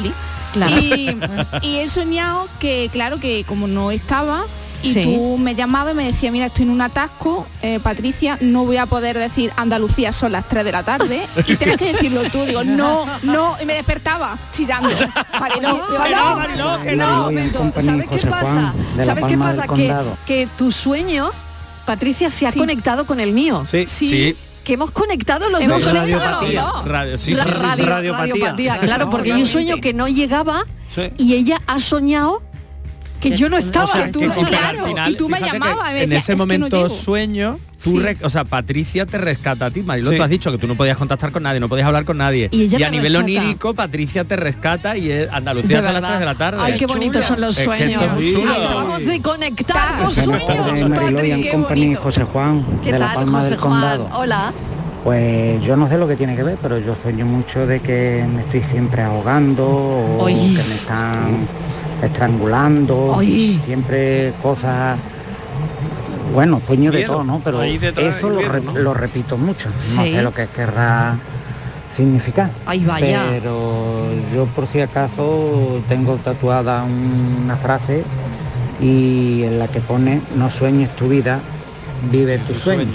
[SPEAKER 4] Claro.
[SPEAKER 7] Y, y he soñado que, claro, que como no estaba, y
[SPEAKER 4] Sí.
[SPEAKER 7] tú me llamabas y me decías, mira, estoy en un atasco, eh, Patricia, no voy a poder decir Andalucía son las 3 de la tarde. y tienes que decirlo tú, digo, no, no, y me despertaba chillando. Mariló,
[SPEAKER 4] No,
[SPEAKER 7] digo,
[SPEAKER 4] que no, Mariló, que no.
[SPEAKER 7] Un
[SPEAKER 4] Momento,
[SPEAKER 7] compañero,
[SPEAKER 4] ¿Sabes qué
[SPEAKER 7] José
[SPEAKER 4] pasa?
[SPEAKER 7] Juan, de La
[SPEAKER 4] ¿Sabes qué
[SPEAKER 7] Palma del
[SPEAKER 4] pasa? Que,
[SPEAKER 7] Condado.
[SPEAKER 4] que tu sueño, Patricia, se ha conectado con el mío.
[SPEAKER 3] Sí.
[SPEAKER 5] Sí.
[SPEAKER 4] Que hemos conectado los
[SPEAKER 5] Hemos
[SPEAKER 4] dos.
[SPEAKER 5] conectado los
[SPEAKER 4] Radiopatía.
[SPEAKER 5] dos. Radio- sí, sí, sí, sí.
[SPEAKER 4] Radio-
[SPEAKER 5] Radiopatía.
[SPEAKER 4] radiopatía, Claro, porque yo sueño que no llegaba
[SPEAKER 3] Sí.
[SPEAKER 4] y ella ha soñado que yo no estaba.
[SPEAKER 5] O sea,
[SPEAKER 4] Tú-
[SPEAKER 5] que con- pero al
[SPEAKER 4] claro,
[SPEAKER 5] final,
[SPEAKER 4] y tú me
[SPEAKER 5] fíjate que
[SPEAKER 4] llamabas y me
[SPEAKER 5] en
[SPEAKER 4] decías,
[SPEAKER 5] ese
[SPEAKER 4] "Es que no
[SPEAKER 5] momento
[SPEAKER 4] llego".
[SPEAKER 5] sueño, tú
[SPEAKER 4] Sí.
[SPEAKER 5] re- o sea, Patricia te rescata a ti, Marilo,
[SPEAKER 3] Sí.
[SPEAKER 5] tú has dicho que tú no podías contactar con nadie, no podías hablar con nadie.
[SPEAKER 4] Y ella me
[SPEAKER 5] a nivel
[SPEAKER 4] rescata.
[SPEAKER 5] onírico, Patricia te rescata y es Andalucía
[SPEAKER 4] De
[SPEAKER 5] son las
[SPEAKER 4] verdad.
[SPEAKER 5] 3 de la tarde.
[SPEAKER 4] Ay, qué bonitos son los
[SPEAKER 5] Es que esto
[SPEAKER 4] sueños.
[SPEAKER 5] es muy chulo.
[SPEAKER 4] Acabamos de conectar con
[SPEAKER 16] Buenas tardes,
[SPEAKER 4] sueños,
[SPEAKER 16] Mariló y
[SPEAKER 4] Patrick.
[SPEAKER 16] and
[SPEAKER 4] Qué
[SPEAKER 16] Company,
[SPEAKER 4] bonito.
[SPEAKER 16] José Juan,
[SPEAKER 4] ¿Qué
[SPEAKER 16] de La
[SPEAKER 4] tal,
[SPEAKER 16] Palma
[SPEAKER 4] José
[SPEAKER 16] del
[SPEAKER 4] Juan?
[SPEAKER 16] Condado.
[SPEAKER 4] Hola.
[SPEAKER 16] Pues yo no sé lo que tiene que ver, pero yo sueño mucho de que me estoy siempre ahogando o
[SPEAKER 4] Ay.
[SPEAKER 16] que me están estrangulando,
[SPEAKER 4] Ay.
[SPEAKER 16] siempre cosas... Bueno, sueño de todo, ¿no? Pero
[SPEAKER 3] ahí detrás
[SPEAKER 16] eso
[SPEAKER 3] hay
[SPEAKER 16] lo,
[SPEAKER 3] miedo,
[SPEAKER 16] re-
[SPEAKER 3] ¿no?
[SPEAKER 16] lo repito mucho, no
[SPEAKER 4] Sí.
[SPEAKER 16] sé lo que querrá significar.
[SPEAKER 4] Ay, vaya.
[SPEAKER 16] Pero yo por si acaso tengo tatuada una frase y en la que pone no sueñes tu vida, vive tu sueño.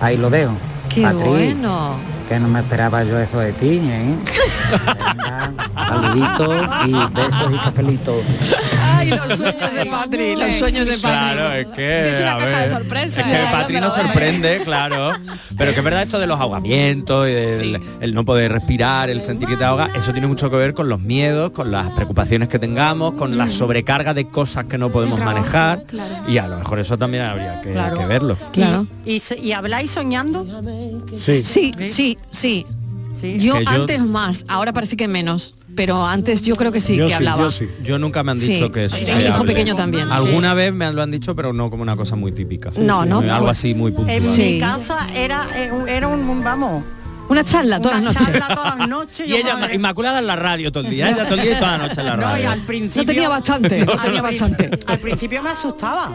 [SPEAKER 16] Ahí lo dejo.
[SPEAKER 4] Qué
[SPEAKER 16] Patri,
[SPEAKER 4] bueno.
[SPEAKER 16] Que no me esperaba yo eso de ti, ¿eh? Venga, Saluditos y besos y cafelitos.
[SPEAKER 4] Ay, los sueños de Patri, los sueños de Patri.
[SPEAKER 5] Claro, es que.
[SPEAKER 4] Es una
[SPEAKER 5] a
[SPEAKER 4] caja de
[SPEAKER 5] ver,
[SPEAKER 4] sorpresas.
[SPEAKER 5] Es que
[SPEAKER 4] Claro,
[SPEAKER 5] Patri nos
[SPEAKER 4] pero
[SPEAKER 5] sorprende, claro. Pero que es verdad esto de los ahogamientos, el, el no poder respirar, el sentir que te ahoga, eso tiene mucho que ver con los miedos, con las preocupaciones que tengamos, con
[SPEAKER 4] Mm.
[SPEAKER 5] la sobrecarga de cosas que no podemos manejar. Y a lo mejor eso también habría que,
[SPEAKER 6] Claro.
[SPEAKER 5] que verlo.
[SPEAKER 6] ¿Y, se- y habláis soñando?
[SPEAKER 5] Sí.
[SPEAKER 4] Sí, sí, sí. Yo
[SPEAKER 5] Que yo-
[SPEAKER 4] antes más, ahora parece que menos, pero antes yo creo que sí, que hablaba.
[SPEAKER 5] Yo nunca me han
[SPEAKER 4] Sí.
[SPEAKER 5] dicho que eso.
[SPEAKER 4] Mi
[SPEAKER 5] se
[SPEAKER 4] hijo
[SPEAKER 5] hable.
[SPEAKER 4] pequeño también.
[SPEAKER 5] Alguna vez me lo han dicho, pero no como una cosa muy típica.
[SPEAKER 4] No, no.
[SPEAKER 5] Algo así muy puntual.
[SPEAKER 6] En mi casa era, eh, un- era un, vamos,
[SPEAKER 4] Una charla todas las noches.
[SPEAKER 6] todas las noches.
[SPEAKER 5] Y ella, Inmaculada en la radio todo el día, ella todo el día y toda la noche en la radio.
[SPEAKER 6] al principio,
[SPEAKER 4] No tenía bastante, no tenía bastante.
[SPEAKER 6] Al principio me asustaba.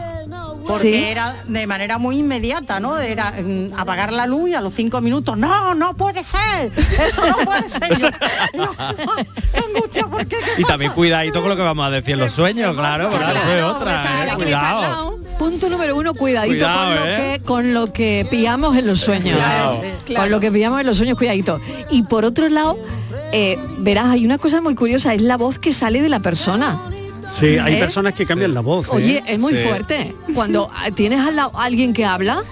[SPEAKER 6] Porque
[SPEAKER 4] Sí.
[SPEAKER 6] era de manera muy inmediata, ¿no? Era mm, apagar la luz y a los cinco minutos, no, no puede ser, eso no puede ser. Yo, "Oh". no, qué angustia, ¿por qué? ¿Qué
[SPEAKER 5] Y también cuidadito con lo que vamos a decir en los sueños, claro, porque ahora eso es otra. eh, Cuidado.
[SPEAKER 4] Punto número uno, cuidadito
[SPEAKER 5] Cuidado,
[SPEAKER 4] con, lo
[SPEAKER 5] ¿eh?
[SPEAKER 4] que, con lo que pillamos en los sueños.
[SPEAKER 5] Cuidado.
[SPEAKER 4] Con lo que pillamos en los sueños, cuidadito. Y por otro lado, eh, verás, hay una cosa muy curiosa, es la voz que sale de la persona.
[SPEAKER 3] Sí, hay
[SPEAKER 4] ¿Eh?
[SPEAKER 3] personas que cambian la voz. ¿eh?
[SPEAKER 4] Oye, es muy
[SPEAKER 3] Sí.
[SPEAKER 4] fuerte. Cuando ah, tienes al lado a alguien que habla,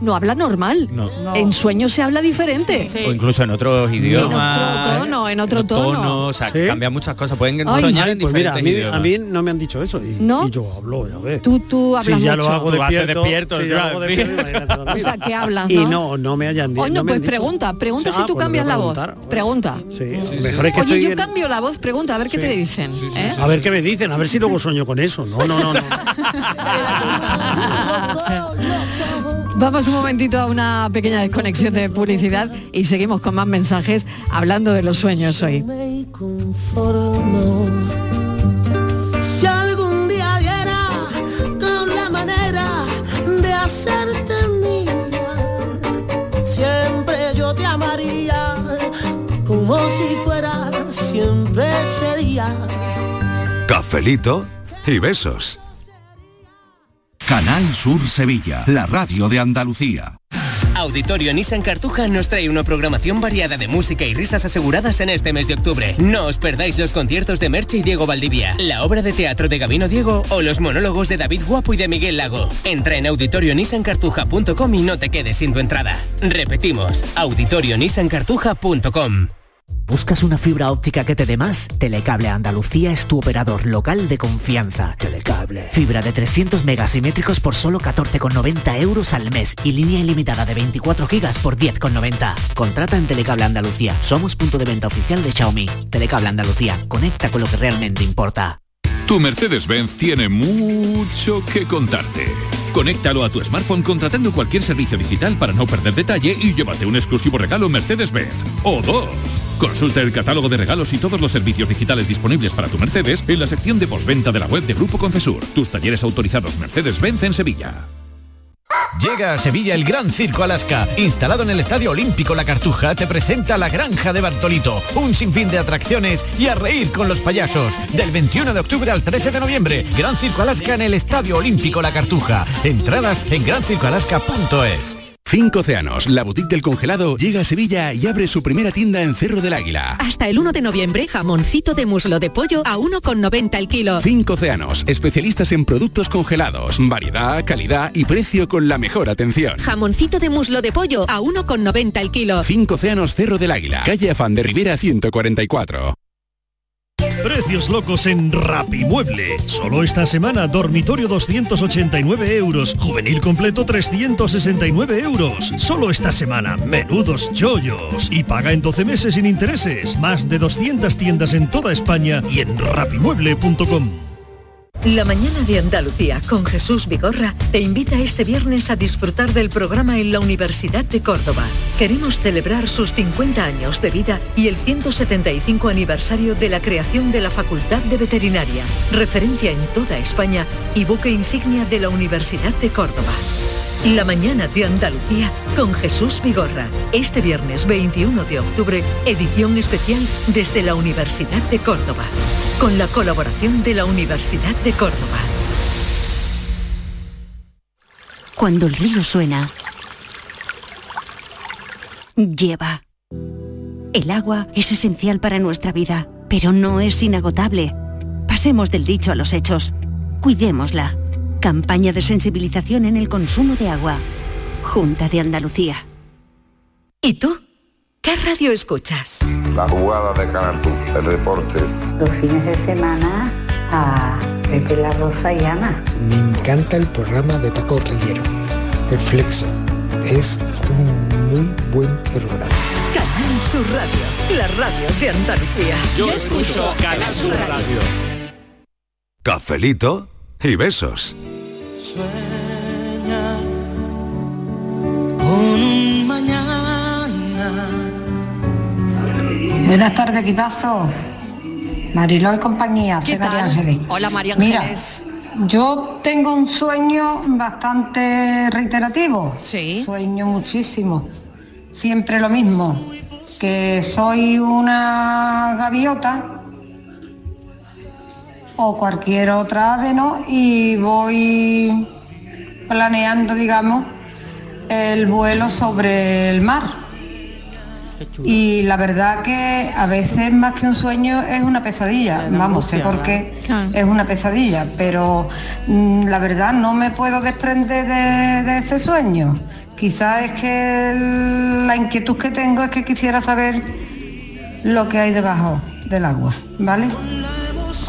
[SPEAKER 4] no habla normal.
[SPEAKER 5] No. No.
[SPEAKER 4] En sueños se habla diferente.
[SPEAKER 5] O incluso en otros idiomas. ¿eh?
[SPEAKER 4] En otro tono, en otro tono.
[SPEAKER 5] tono, o sea, que cambian muchas cosas. Pueden
[SPEAKER 3] Ay,
[SPEAKER 5] soñar
[SPEAKER 3] ay,
[SPEAKER 5] en
[SPEAKER 3] pues mira,
[SPEAKER 5] diferentes
[SPEAKER 3] a mí,
[SPEAKER 5] idiomas.
[SPEAKER 3] a mí no me han dicho eso y,
[SPEAKER 4] ¿No?
[SPEAKER 3] y yo hablo, ya ves.
[SPEAKER 4] Tú, tú hablas
[SPEAKER 3] si ya
[SPEAKER 4] mucho.
[SPEAKER 3] lo hago
[SPEAKER 5] Tú haces
[SPEAKER 3] despierto,
[SPEAKER 5] despierto,
[SPEAKER 3] si ya lo hago
[SPEAKER 5] en fin.
[SPEAKER 3] despierto, imagínate dormido.
[SPEAKER 4] O sea, que hablas,
[SPEAKER 3] Y
[SPEAKER 4] ¿no?
[SPEAKER 3] no, no me hayan dicho.
[SPEAKER 4] Oye,
[SPEAKER 3] no me
[SPEAKER 4] pues
[SPEAKER 3] han dicho.
[SPEAKER 4] pregunta, pregunta
[SPEAKER 3] Ah,
[SPEAKER 4] si tú
[SPEAKER 3] pues
[SPEAKER 4] cambias
[SPEAKER 3] voy a
[SPEAKER 4] la voz.
[SPEAKER 3] preguntar.
[SPEAKER 4] Pregunta.
[SPEAKER 3] Sí, mejor es que
[SPEAKER 4] Oye,
[SPEAKER 3] estoy
[SPEAKER 4] yo
[SPEAKER 3] en-
[SPEAKER 4] cambio la voz, pregunta, a ver qué te dicen. ¿eh?
[SPEAKER 3] A ver qué me dicen, a ver si luego sueño con eso. No, no, no, no.
[SPEAKER 4] Vamos un momentito a una pequeña desconexión de publicidad y seguimos con más mensajes hablando de los sueños hoy.
[SPEAKER 1] me conformo. Si algún día diera con la manera de hacerte mía, siempre yo te amaría como si fuera siempre ese día.
[SPEAKER 20] Cafelito y besos. Canal Sur Sevilla, la radio de Andalucía.
[SPEAKER 18] Auditorio Nissan Cartuja nos trae una programación variada de música y risas aseguradas en este mes de octubre. No os perdáis los conciertos de Merche y Diego Valdivia, la obra de teatro de Gabino Diego o los monólogos de David Guapo y de Miguel Lago. Entra en auditorionissancartuja.com y no te quedes sin tu entrada. Repetimos, auditorionissancartuja.com.
[SPEAKER 21] ¿Buscas una fibra óptica que te dé más? Telecable Andalucía es tu operador local de confianza. Telecable. Fibra de 300 megasimétricos por solo 14,90 euros al mes y línea ilimitada de 24 gigas por 10,90. Contrata en Telecable Andalucía. Somos punto de venta oficial de Xiaomi. Telecable Andalucía. Conecta con lo que realmente importa.
[SPEAKER 22] Tu Mercedes-Benz tiene mucho que contarte. Conéctalo a tu smartphone contratando cualquier servicio digital para no perder detalle y llévate un exclusivo regalo Mercedes-Benz. O dos. Consulta el catálogo de regalos y todos los servicios digitales disponibles para tu Mercedes en la sección de postventa de la web de Grupo Confesur. Tus talleres autorizados Mercedes-Benz en Sevilla.
[SPEAKER 23] Llega a Sevilla el Gran Circo Alaska. Instalado en el Estadio Olímpico La Cartuja, te presenta La Granja de Bartolito. Un sinfín de atracciones y a reír con los payasos. Del 21 de octubre al 13 de noviembre, Gran Circo Alaska en el Estadio Olímpico La Cartuja. Entradas en grancircoalaska.es.
[SPEAKER 24] Cinco Océanos, la boutique del congelado, llega a Sevilla y abre su primera tienda en Cerro del Águila.
[SPEAKER 25] Hasta el 1 de noviembre, jamoncito de muslo de pollo a 1,90 el kilo.
[SPEAKER 24] Cinco Océanos, especialistas en productos congelados, variedad, calidad y precio con la mejor atención.
[SPEAKER 25] Jamoncito de muslo de pollo a 1,90 el kilo.
[SPEAKER 24] Cinco Océanos, Cerro del Águila, calle Afán de Rivera 144.
[SPEAKER 26] Precios locos en Rapimueble. Solo esta semana, dormitorio 289 euros, juvenil completo 369 euros. Solo esta semana, menudos chollos. Y paga en 12 meses sin intereses. Más de 200 tiendas en toda España y en rapimueble.com.
[SPEAKER 27] La mañana de Andalucía con Jesús Vigorra te invita este viernes a disfrutar del programa en la Universidad de Córdoba. Queremos celebrar sus 50 años de vida y el 175 aniversario de la creación de la Facultad de Veterinaria, referencia en toda España y buque insignia de la Universidad de Córdoba. La mañana de Andalucía con Jesús Vigorra. Este viernes 21 de octubre, edición especial desde la Universidad de Córdoba. Con la colaboración de la Universidad de Córdoba.
[SPEAKER 28] Cuando el río suena, lleva. El agua es esencial para nuestra vida, pero no es inagotable. Pasemos del dicho a los hechos. Cuidémosla. Campaña de sensibilización en el consumo de agua. Junta de Andalucía.
[SPEAKER 27] ¿Y tú? ¿Qué radio escuchas?
[SPEAKER 29] La jugada de Canal Sur, el deporte.
[SPEAKER 30] Los fines de semana a Pepe La Rosa y Ana.
[SPEAKER 31] Me encanta el programa de Paco Rillero, El Flexo. Es un muy buen programa.
[SPEAKER 27] Canal Sur Radio, la radio de Andalucía.
[SPEAKER 32] Yo escucho Canal Sur Radio.
[SPEAKER 20] Cafelito y besos.
[SPEAKER 1] Sueña con un mañana.
[SPEAKER 30] Buenas tardes, equipazo. Mariló y compañía,
[SPEAKER 4] ¿Qué
[SPEAKER 30] soy María
[SPEAKER 4] tal?
[SPEAKER 30] Ángeles.
[SPEAKER 4] Hola, María Ángeles.
[SPEAKER 30] Mira, yo tengo un sueño bastante reiterativo. Sí. Sueño muchísimo. Siempre lo mismo. Que soy una gaviota o cualquier otra ave, ¿no? Y voy planeando, digamos, el vuelo sobre el mar. Y la verdad que a veces más que un sueño es una pesadilla. Vamos, sé
[SPEAKER 23] angustia,
[SPEAKER 30] por qué es una pesadilla, pero mm, la verdad no me puedo desprender de, de ese sueño. Quizás es que el- la inquietud que tengo es que quisiera saber lo que hay debajo del agua, ¿vale?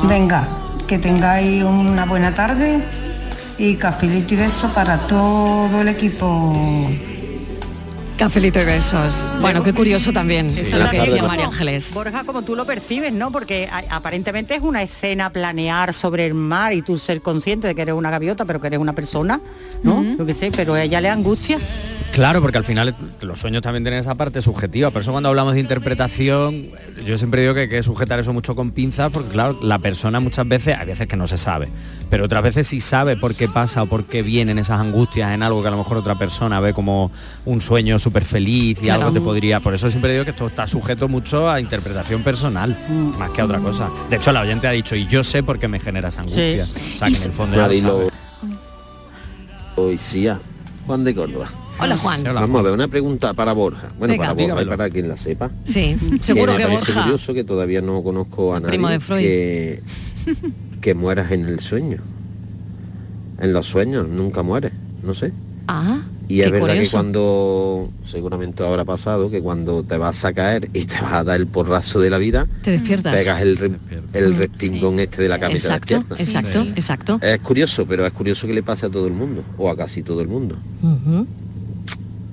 [SPEAKER 30] Venga, que tengáis una buena tarde y cafelito y beso para todo el equipo.
[SPEAKER 4] Cafelito y besos. Bueno, qué curioso también
[SPEAKER 6] Eso
[SPEAKER 4] lo que
[SPEAKER 6] también
[SPEAKER 4] decía
[SPEAKER 6] como-
[SPEAKER 4] María Ángeles.
[SPEAKER 6] Borja, como tú lo percibes, ¿no? Porque a- aparentemente es una escena planear sobre el mar y tú ser consciente de que eres una gaviota, pero que eres una persona, ¿no? Yo qué sé, pero a ella le angustia.
[SPEAKER 5] Claro, porque al final eh, los sueños también tienen esa parte subjetiva. Por eso cuando hablamos de interpretación, eh, yo siempre digo que hay que sujetar eso mucho con pinzas, porque claro, la persona muchas veces, hay veces que no se sabe, pero otras veces sí sabe por qué pasa o por qué vienen esas angustias en algo que a lo mejor otra persona ve como un sueño súper feliz y
[SPEAKER 24] Claro.
[SPEAKER 5] algo te podría. Por eso siempre digo que esto está sujeto mucho a interpretación personal,
[SPEAKER 4] Mm.
[SPEAKER 5] más que a otra cosa. De hecho, la oyente ha dicho, y yo sé por qué me genera esa angustia. O sea, que en el fondo ya lo
[SPEAKER 25] Marilo.
[SPEAKER 5] sabe.
[SPEAKER 25] Hoy sí, ya. Juan de Córdoba.
[SPEAKER 4] Hola, Juan.
[SPEAKER 25] Vamos a ver, una pregunta para Borja. Bueno,
[SPEAKER 4] Venga.
[SPEAKER 25] para Borja y
[SPEAKER 4] Dígamelo.
[SPEAKER 25] para quien la sepa.
[SPEAKER 4] Sí, seguro
[SPEAKER 25] me
[SPEAKER 4] que
[SPEAKER 25] parece
[SPEAKER 4] Borja.
[SPEAKER 25] curioso que todavía no conozco a nadie
[SPEAKER 4] primo de Freud.
[SPEAKER 25] Que, que mueras en el sueño. En los sueños nunca mueres, no sé.
[SPEAKER 4] Ah,
[SPEAKER 2] Y es
[SPEAKER 4] qué
[SPEAKER 2] verdad que
[SPEAKER 4] curioso.
[SPEAKER 2] cuando, seguramente ahora ha pasado, que cuando te vas a caer y te vas a dar el porrazo de la vida,
[SPEAKER 4] Te despiertas. Mm,
[SPEAKER 2] pegas el, re- el respingón este de la camisa
[SPEAKER 4] Exacto, exacto, exacto.
[SPEAKER 2] Es curioso, pero es curioso que le pase a todo el mundo, o a casi todo el mundo.
[SPEAKER 4] Ujú.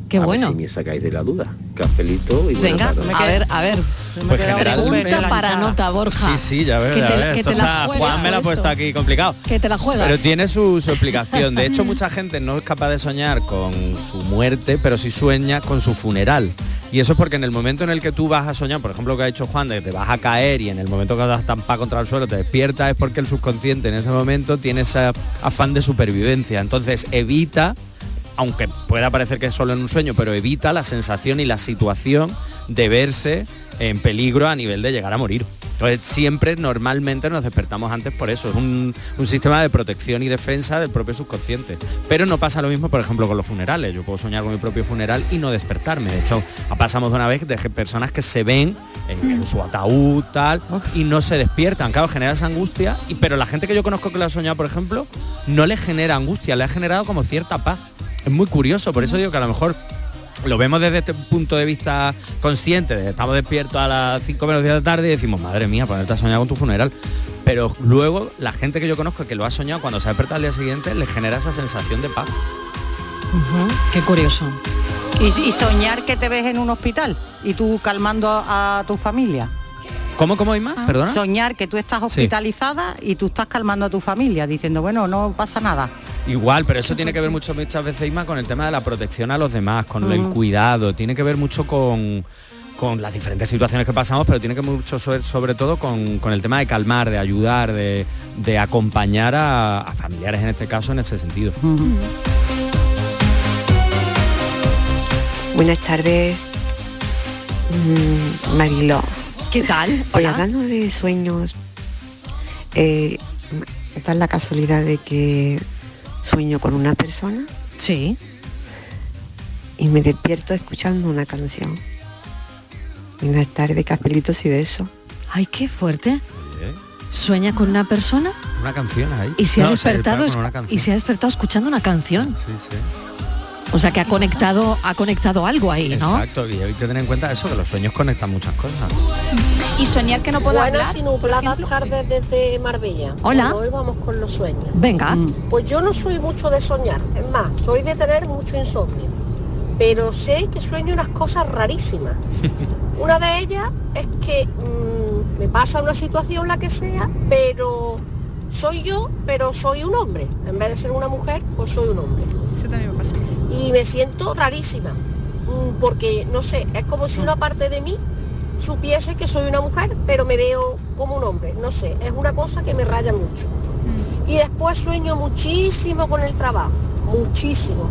[SPEAKER 4] Qué
[SPEAKER 2] A ver
[SPEAKER 4] bueno.
[SPEAKER 2] si me sacáis de la duda. Cafelito y buenas
[SPEAKER 4] Venga,
[SPEAKER 2] tardes.
[SPEAKER 4] a ver, a ver.
[SPEAKER 2] Pues
[SPEAKER 4] Pregunta
[SPEAKER 2] generalmente-
[SPEAKER 4] para nota, Borja.
[SPEAKER 5] Sí, sí, ya ves,
[SPEAKER 4] Que
[SPEAKER 5] ya
[SPEAKER 4] te-
[SPEAKER 5] ves.
[SPEAKER 4] que
[SPEAKER 5] Esto
[SPEAKER 4] te la
[SPEAKER 5] está-
[SPEAKER 4] juegas
[SPEAKER 5] Juan me la ha
[SPEAKER 4] eso.
[SPEAKER 5] puesto aquí complicado.
[SPEAKER 4] Que te la juegas.
[SPEAKER 5] Pero tiene su, su explicación. De hecho, mucha gente no es capaz de soñar con su muerte, pero sí sueña con su funeral. Y eso es porque en el momento en el que tú vas a soñar, por ejemplo, lo que ha dicho Juan, de que te vas a caer y en el momento que das tampa contra el suelo te despiertas, es porque el subconsciente en ese momento tiene ese afán de supervivencia. Entonces evita aunque pueda parecer que es solo en un sueño, pero evita la sensación y la situación de verse en peligro a nivel de llegar a morir. Entonces siempre normalmente nos despertamos antes por eso. Es un, un sistema de protección y defensa del propio subconsciente. Pero no pasa lo mismo, por ejemplo, con los funerales. Yo puedo soñar con mi propio funeral y no despertarme. De hecho, pasamos de una vez de que personas que se ven en, en su ataúd, tal, y no se despiertan. Claro, genera esa angustia. Y, pero la gente que yo conozco que lo ha soñado, por ejemplo, no le genera angustia, le ha generado como cierta paz. Es muy curioso, por eso digo que a lo mejor lo vemos desde este punto de vista consciente, de que estamos despiertos a las 5 menos 10 de la tarde y decimos, madre mía, ponerte a soñar con tu funeral. Pero luego la gente que yo conozco que lo ha soñado cuando se ha despertado al día siguiente le genera esa sensación de paz.
[SPEAKER 4] Ujú, Qué curioso.
[SPEAKER 6] Y, y soñar que te ves en un hospital y tú calmando a, a tu familia.
[SPEAKER 5] ¿Cómo, cómo hay más? Perdona.
[SPEAKER 6] Ah. Soñar que tú estás hospitalizada y tú estás calmando a tu familia, diciendo, bueno, no pasa nada.
[SPEAKER 5] Igual, pero eso tiene que ver mucho muchas veces Isma con el tema de la protección a los demás, con el
[SPEAKER 6] Ujú.
[SPEAKER 5] cuidado, tiene que ver mucho con con las diferentes situaciones que pasamos, pero tiene que mucho sobre, sobre todo con, con el tema de calmar, de ayudar, de, de acompañar a, a familiares en este caso en ese sentido.
[SPEAKER 7] Buenas tardes, mm, Mariló.
[SPEAKER 4] ¿Qué tal?
[SPEAKER 7] Pues
[SPEAKER 4] Hola.
[SPEAKER 7] hablando de sueños, eh, da la casualidad de que sueño con una persona.
[SPEAKER 4] Sí.
[SPEAKER 7] Y me despierto escuchando una canción. Buenas tardes, capelitos y de eso.
[SPEAKER 4] Ay, qué fuerte. Sueña con una persona
[SPEAKER 5] ¿Eh? Una canción ahí.
[SPEAKER 4] y se ha
[SPEAKER 5] No,
[SPEAKER 4] despertado
[SPEAKER 5] despierta con una
[SPEAKER 4] esc-
[SPEAKER 5] canción.
[SPEAKER 4] y se ha despertado escuchando una canción.
[SPEAKER 5] Sí, sí.
[SPEAKER 4] O sea que ha conectado, ha conectado algo ahí, ¿no?
[SPEAKER 5] Exacto, y hay que tener en cuenta eso, que los sueños conectan muchas cosas.
[SPEAKER 8] Y soñar que no puedo
[SPEAKER 33] Buenas y nubladas tardes desde Marbella.
[SPEAKER 4] Hola.
[SPEAKER 33] Bueno, hoy vamos con los sueños.
[SPEAKER 4] Venga.
[SPEAKER 33] Pues yo no soy mucho de soñar, es más, soy de tener mucho insomnio. Pero sé que sueño unas cosas rarísimas. Una de ellas es que mm, me pasa una situación la que sea, pero soy yo, pero soy un hombre. En vez de ser una mujer, pues soy un hombre. Eso también me pasa. Y me siento rarísima, mm, porque no sé, es como si una parte de mí supiese que soy una mujer, pero me veo como un hombre. No sé, es una cosa que me raya mucho. Y después sueño muchísimo con el trabajo, muchísimo.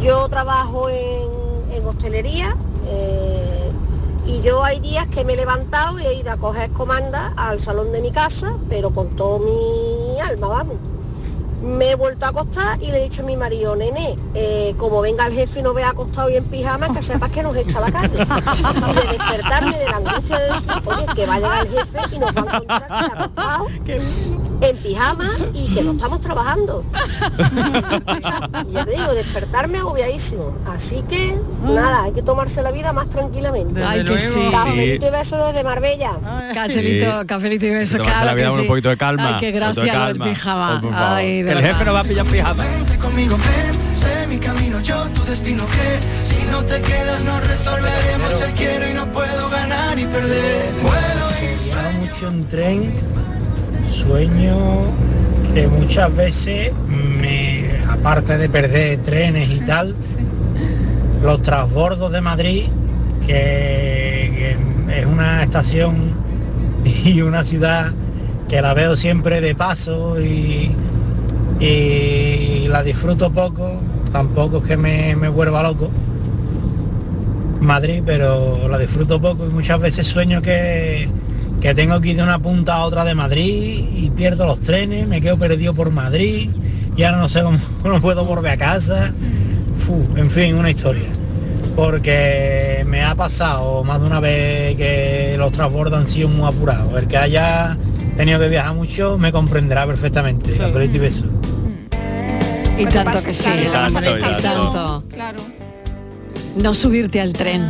[SPEAKER 33] Yo trabajo en, en hostelería eh, y yo hay días que me he levantado y he ido a coger comanda al salón de mi casa, pero con todo mi alma, vamos. Me he vuelto a acostar y le he dicho a mi marido, nene, eh, como venga el jefe y no vea acostado y en pijama, que sepas que nos echa a la calle. Y de despertarme de la angustia de decir, oye, que va a llegar el jefe y nos va a encontrar que acostado en pijama y que no estamos trabajando. Y ya te digo, despertarme agobiadísimo. Así que nada, hay que tomarse la vida más tranquilamente.
[SPEAKER 4] Mm. Ay, que sí.
[SPEAKER 33] Cafelito y besos desde Marbella.
[SPEAKER 4] Cafelito, cafelito y beso,
[SPEAKER 5] Tomarse
[SPEAKER 4] claro
[SPEAKER 5] la vida
[SPEAKER 4] que
[SPEAKER 5] con
[SPEAKER 4] sí.
[SPEAKER 5] un poquito de calma.
[SPEAKER 4] Ay, qué
[SPEAKER 5] un poquito de
[SPEAKER 4] gracia lo del
[SPEAKER 5] calma.
[SPEAKER 4] pijama.
[SPEAKER 5] Oh, por favor.
[SPEAKER 4] Ay, de
[SPEAKER 5] que el
[SPEAKER 4] verdad.
[SPEAKER 5] jefe no va a pillar pijama.
[SPEAKER 11] Vente conmigo, ven, sé mi camino, yo tu destino que si no te quedas no resolveremos el quiero y no puedo ganar y perder. Vuelo y
[SPEAKER 12] Viajo mucho en tren, sueño que muchas veces me, aparte de perder trenes y tal, los transbordos de Madrid, que, que es una estación y una ciudad que la veo siempre de paso y, y la disfruto poco, tampoco es que me, me vuelva loco. Madrid, pero la disfruto poco y muchas veces sueño que, que tengo que ir de una punta a otra de Madrid y pierdo los trenes, me quedo perdido por Madrid y ahora no sé cómo no puedo volver a casa. Fu, en fin, una historia. Porque me ha pasado más de una vez que los transbordos han sido muy apurados. El que haya tenido que viajar mucho me comprenderá perfectamente. Cafelito y beso.
[SPEAKER 4] Y
[SPEAKER 12] Pues te
[SPEAKER 4] tanto
[SPEAKER 12] pasa-
[SPEAKER 4] que sí.
[SPEAKER 12] claro,
[SPEAKER 5] te pasa Tanto, y descansando.
[SPEAKER 12] Claro.
[SPEAKER 4] No subirte al tren.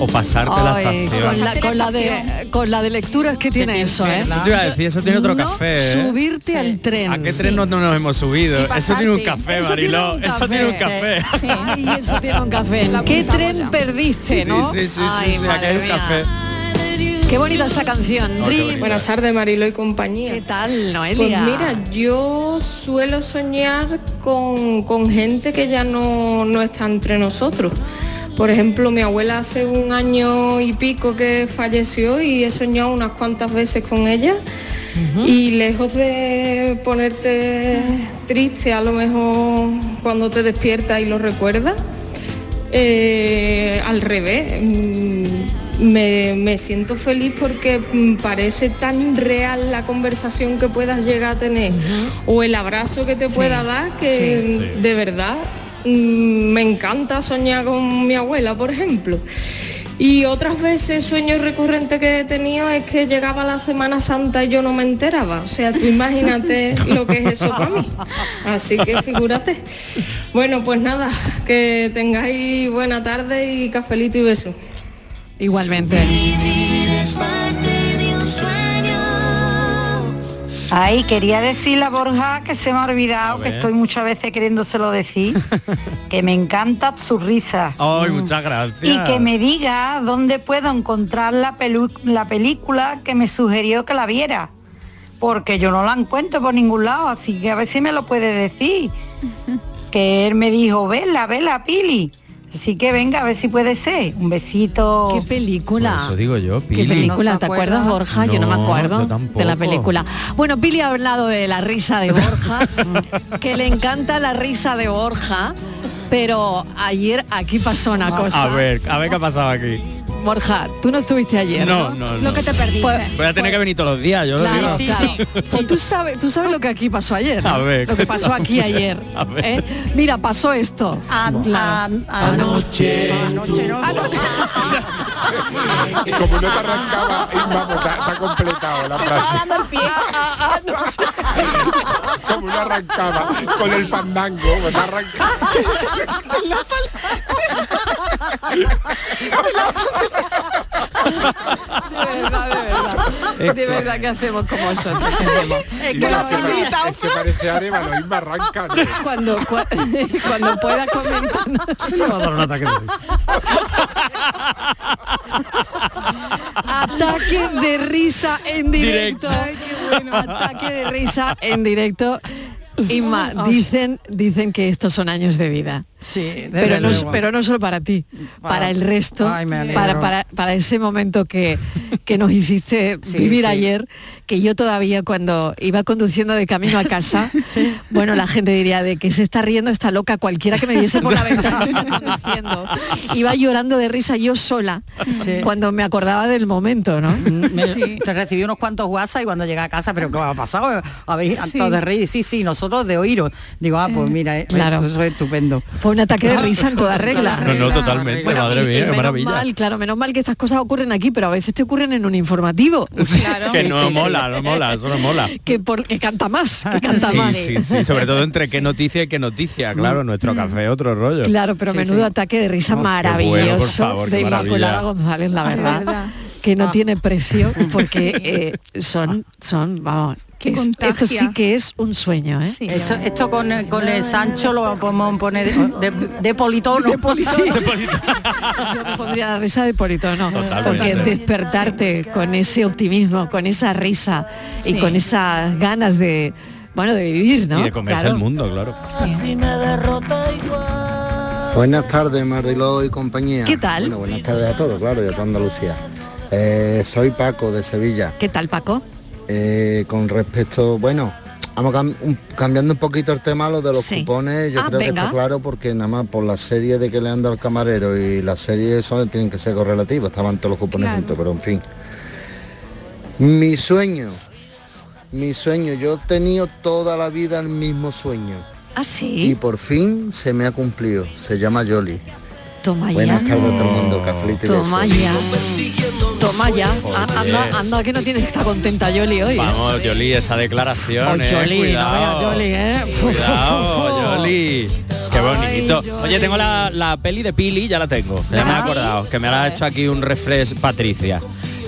[SPEAKER 5] O pasarte la
[SPEAKER 4] Ay,
[SPEAKER 5] estación.
[SPEAKER 4] con, la, con la de, con la de lecturas que tiene eso, ¿eh?
[SPEAKER 5] Eso te iba a decir, eso tiene otro
[SPEAKER 4] No
[SPEAKER 5] café. ¿eh?
[SPEAKER 4] subirte al tren.
[SPEAKER 5] ¿A qué tren no, no nos hemos subido? Eso tiene un café, Mariló. Eso tiene un café.
[SPEAKER 4] Ay, eso tiene un café. ¿Qué tren perdiste, no?
[SPEAKER 5] Sí, sí, sí,
[SPEAKER 4] Ay,
[SPEAKER 5] sí, sí, aquí
[SPEAKER 4] madre
[SPEAKER 5] hay un
[SPEAKER 4] mía.
[SPEAKER 5] café.
[SPEAKER 4] Qué bonita esta canción.
[SPEAKER 5] Oh, qué
[SPEAKER 4] Dream.
[SPEAKER 5] bonita. Buenas
[SPEAKER 17] tardes, Marilo y compañía.
[SPEAKER 4] ¿Qué tal, Noelia?
[SPEAKER 17] Pues mira, yo suelo soñar con, con gente que ya no, no está entre nosotros. Por ejemplo, mi abuela hace un año y pico que falleció y he soñado unas cuantas veces con ella. Y lejos de ponerte triste, a lo mejor cuando te despiertas y lo recuerdas, eh, al revés, mm, me, me siento feliz porque mm, parece tan real la conversación que puedas llegar a tener o el abrazo que te pueda dar que mm, de verdad mm, me encanta soñar con mi abuela, por ejemplo. Y otras veces sueño recurrente que he tenido es que llegaba la Semana Santa y yo no me enteraba. O sea, tú imagínate lo que es eso para mí. Así que figúrate. Bueno, pues nada, que tengáis buena tarde y cafelito y beso.
[SPEAKER 4] Igualmente.
[SPEAKER 15] Ay, quería decirle a Borja que se me ha olvidado, que
[SPEAKER 5] ver.
[SPEAKER 15] estoy muchas veces queriéndoselo decir, que me encanta su risa.
[SPEAKER 5] Ay, muchas gracias.
[SPEAKER 15] Y que me diga dónde puedo encontrar la, pelu- la película que me sugirió que la viera. Porque yo no la encuentro por ningún lado, así que a ver si me lo puede decir. Que él me dijo, vela, vela, Pili. Así que venga, a ver si puede ser. Un besito. ¿Qué
[SPEAKER 4] película?
[SPEAKER 5] Eso digo yo,
[SPEAKER 4] ¿Qué
[SPEAKER 5] Pili.
[SPEAKER 4] película? ¿Te acuerdas, Borja? yo no me
[SPEAKER 5] No, yo
[SPEAKER 4] acuerdo
[SPEAKER 5] tampoco.
[SPEAKER 4] de la película. Bueno, Pili ha hablado de la risa de Borja, que le encanta la risa de Borja, pero ayer aquí pasó una cosa.
[SPEAKER 5] A ver, a ver qué ha pasado aquí.
[SPEAKER 4] Borja, tú no estuviste ayer.
[SPEAKER 5] No,
[SPEAKER 4] No,
[SPEAKER 5] no, no. Lo que te
[SPEAKER 4] perdiste.
[SPEAKER 5] Voy a tener que venir todos los días, yo lo
[SPEAKER 4] Claro,
[SPEAKER 5] digo.
[SPEAKER 4] claro. Pues tú sabes, tú sabes lo que aquí pasó ayer. ¿no?
[SPEAKER 5] A ver,
[SPEAKER 4] Lo que pasó
[SPEAKER 5] cuéntame.
[SPEAKER 4] aquí ayer.
[SPEAKER 5] A ver.
[SPEAKER 4] ¿eh? Mira, pasó esto.
[SPEAKER 34] Anoche. Anoche no.
[SPEAKER 1] Como no te arrancaba, Ah, y vamos, está, está completado la frase.
[SPEAKER 4] dando el pie.
[SPEAKER 1] Como no arrancaba con el fandango, pues arrancaba.
[SPEAKER 4] De verdad que hacemos como vosotros. ¿qué hacemos?
[SPEAKER 1] Y bueno, es que pare- es que parece Arevalo, Isma arranca. ¿no?
[SPEAKER 4] Cuando, cua- cuando pueda comentarnos. Ataque de risa en directo. Ataque de risa en directo. Inma, dicen, dicen que estos son años de vida.
[SPEAKER 6] Sí,
[SPEAKER 10] Eh,
[SPEAKER 6] desde
[SPEAKER 4] pero no,
[SPEAKER 6] luego.
[SPEAKER 4] pero no solo para ti, para,
[SPEAKER 6] Para-
[SPEAKER 4] el resto,
[SPEAKER 6] Ay, me alegro.
[SPEAKER 4] para, para, para ese momento que, que nos hiciste
[SPEAKER 6] Sí,
[SPEAKER 4] vivir
[SPEAKER 6] sí.
[SPEAKER 4] ayer, que yo todavía cuando iba conduciendo de camino a casa, bueno, la gente diría de que se está riendo esta loca cualquiera que me viese por la ventana conduciendo. Iba llorando de risa yo sola
[SPEAKER 6] Sí.
[SPEAKER 4] cuando me acordaba del momento, ¿no?
[SPEAKER 6] Me- Te recibí unos cuantos WhatsApp y cuando llegué a casa, pero ¿qué ha pasado? Habéis
[SPEAKER 4] Sí.
[SPEAKER 6] hartado de reír. Sí, sí, nosotros de oíros. Digo, ah, pues mira, eh,
[SPEAKER 4] Claro.
[SPEAKER 6] eso es estupendo.
[SPEAKER 4] Fue un ataque de risa en toda regla.
[SPEAKER 5] No, no, totalmente, madre mía, qué
[SPEAKER 4] menos
[SPEAKER 5] maravilla.
[SPEAKER 4] mal, claro, menos mal que estas cosas ocurren aquí, pero a veces te ocurren en un informativo.
[SPEAKER 5] que
[SPEAKER 4] Sí,
[SPEAKER 5] no
[SPEAKER 4] sí, sí.
[SPEAKER 5] mola, no mola, eso no mola.
[SPEAKER 4] Que, por, que canta más, que canta
[SPEAKER 5] Sí,
[SPEAKER 4] más.
[SPEAKER 5] sí, sí, sobre todo entre qué noticia y qué noticia, claro, nuestro café, otro rollo.
[SPEAKER 4] Mm. Claro, pero menudo ataque de risa maravilloso
[SPEAKER 5] bueno, por favor,
[SPEAKER 4] de
[SPEAKER 5] qué maravilla.
[SPEAKER 4] Inmaculada González, la verdad. Que
[SPEAKER 6] Ah.
[SPEAKER 4] no tiene precio porque eh, son, son, vamos,
[SPEAKER 6] Que
[SPEAKER 4] es- esto
[SPEAKER 6] contagia.
[SPEAKER 4] sí que es un sueño, ¿eh?
[SPEAKER 6] Esto, esto con, el- con el Sancho lo vamos a poner de, de politono. De
[SPEAKER 4] Yo me pondría la risa de Politono, porque
[SPEAKER 6] Totalmente.
[SPEAKER 4] despertarte con ese optimismo, con esa risa
[SPEAKER 6] Sí.
[SPEAKER 4] y con esas ganas de, bueno, de vivir, ¿no?
[SPEAKER 5] Y de comerse
[SPEAKER 4] Claro.
[SPEAKER 5] el mundo, claro.
[SPEAKER 31] Buenas tardes, Mariló y compañía.
[SPEAKER 4] ¿Qué tal?
[SPEAKER 31] Bueno, buenas tardes a todos, claro, y a toda Andalucía. Eh, soy Paco de Sevilla. Eh,
[SPEAKER 4] ¿Qué tal, Paco?
[SPEAKER 31] con respecto, bueno, vamos cam- un- cambiando un poquito el tema, lo de los
[SPEAKER 4] Sí.
[SPEAKER 31] cupones, yo
[SPEAKER 4] Ah,
[SPEAKER 31] creo que
[SPEAKER 4] venga.
[SPEAKER 31] está claro porque nada más por la serie de que le han dado al camarero y la serie son, tienen que ser correlativas, estaban todos los cupones
[SPEAKER 2] Claro.
[SPEAKER 31] juntos, pero en fin. Mi sueño, mi sueño, yo he tenido toda la vida el mismo sueño.
[SPEAKER 4] Ah, sí.
[SPEAKER 31] Y por fin se me ha cumplido. Se llama Yoli.
[SPEAKER 4] Toma ya.
[SPEAKER 31] Buenas tardes a todo el mundo, cafelito y
[SPEAKER 4] Toma
[SPEAKER 31] besos.
[SPEAKER 4] ya. Toma Amaya, a- anda, anda, que no tienes que estar contenta Yoli hoy. ¿eh?
[SPEAKER 5] Vamos, Jolie, esa declaración.
[SPEAKER 4] Oh,
[SPEAKER 5] eh,
[SPEAKER 4] Yoli, no veas
[SPEAKER 5] cuidado,
[SPEAKER 4] Yoli, ¿eh? Fu, fu, fu, fu.
[SPEAKER 5] cuidado, Yoli. Qué bonito. Oye, tengo la, la peli de Pili, ya la tengo.
[SPEAKER 4] Ah,
[SPEAKER 5] Ya me he acordado, que me la ha hecho aquí un refresh Patricia.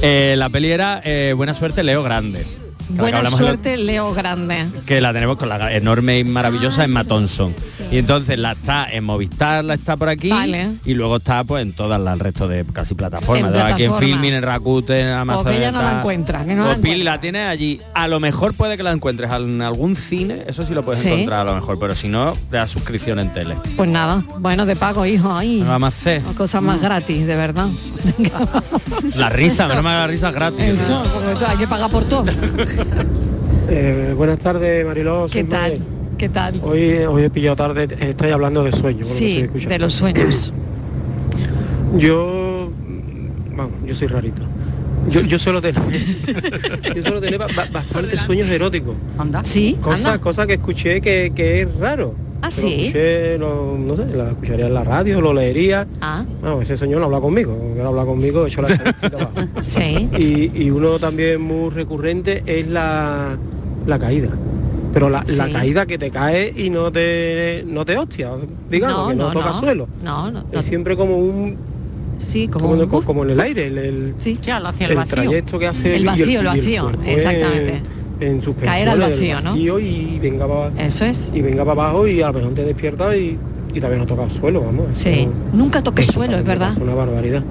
[SPEAKER 5] Eh, la peli era eh, Buena suerte, Leo Grande. que la que
[SPEAKER 4] Buena
[SPEAKER 5] hablamos el otro-
[SPEAKER 4] suerte, Leo Grande.
[SPEAKER 5] que la tenemos con la enorme y maravillosa Emma Thompson. Y entonces la está en Movistar, la está por aquí
[SPEAKER 4] Vale.
[SPEAKER 5] y luego está pues en todas las el resto de casi plataformas.
[SPEAKER 4] En
[SPEAKER 5] ¿verdad? Aquí en
[SPEAKER 4] plataformas.
[SPEAKER 5] Filmin, en Rakuten, en Amazon.
[SPEAKER 4] Porque ella no la
[SPEAKER 5] tal.
[SPEAKER 4] encuentra, que no la
[SPEAKER 5] Pues Pili la tiene allí. A lo mejor puede que la encuentres en algún cine, eso sí lo puedes
[SPEAKER 4] Sí.
[SPEAKER 5] encontrar a lo mejor, pero si no, la suscripción en tele.
[SPEAKER 4] Pues nada, bueno, de pago, hijo, ahí.
[SPEAKER 5] No vamos a hacer. Mm.
[SPEAKER 4] Cosas más gratis, de verdad.
[SPEAKER 5] La risa, menos mal que la risa es gratis.
[SPEAKER 4] Eso, porque tú hay que pagar por todo.
[SPEAKER 35] Eh, buenas tardes, Mariló.
[SPEAKER 4] ¿Qué tal? ¿Qué tal?
[SPEAKER 35] Hoy, hoy he pillado tarde, estáis hablando de sueños. por lo que
[SPEAKER 4] Sí,
[SPEAKER 35] estoy escuchando.
[SPEAKER 4] de los sueños.
[SPEAKER 35] Yo, mm, vamos, yo soy rarito. Yo, yo suelo tener, yo suelo tener ba- ba- bastantes sueños eróticos.
[SPEAKER 36] Anda.
[SPEAKER 4] Sí.
[SPEAKER 35] Cosas, cosas que escuché que, que es raro.
[SPEAKER 4] Ah,
[SPEAKER 35] Que
[SPEAKER 4] sí.
[SPEAKER 35] Lo escuché, lo- no sé, la escucharía en la radio, lo leería.
[SPEAKER 4] Ah,
[SPEAKER 35] No, ese señor no habla conmigo, no habla conmigo, he hecho la estadística abajo.
[SPEAKER 4] sí.
[SPEAKER 35] Y, y uno también muy recurrente es la, la caída. Pero la, la
[SPEAKER 4] Sí.
[SPEAKER 35] caída que te cae y no te no te hostia, digamos,
[SPEAKER 4] No,
[SPEAKER 35] que no,
[SPEAKER 4] no,
[SPEAKER 35] toca
[SPEAKER 4] no.
[SPEAKER 35] suelo.
[SPEAKER 4] No, no.
[SPEAKER 35] Es siempre como un
[SPEAKER 4] sí,
[SPEAKER 35] como, en el- como en el aire, el, el-
[SPEAKER 36] hacia
[SPEAKER 4] el vacío.
[SPEAKER 35] trayecto que hace
[SPEAKER 4] El
[SPEAKER 35] y
[SPEAKER 4] vacío,
[SPEAKER 35] y
[SPEAKER 4] el vacío,
[SPEAKER 35] cuerpo
[SPEAKER 4] exactamente.
[SPEAKER 35] En, en suspensión,
[SPEAKER 4] Caer al
[SPEAKER 35] en el
[SPEAKER 4] vacío, ¿no?
[SPEAKER 35] vacío Y venga para
[SPEAKER 4] Eso es.
[SPEAKER 35] Y venga para abajo y a lo mejor te despiertas y, y también no toca suelo, vamos.
[SPEAKER 4] Sí. Nunca toques suelo, es verdad.
[SPEAKER 35] Es una barbaridad.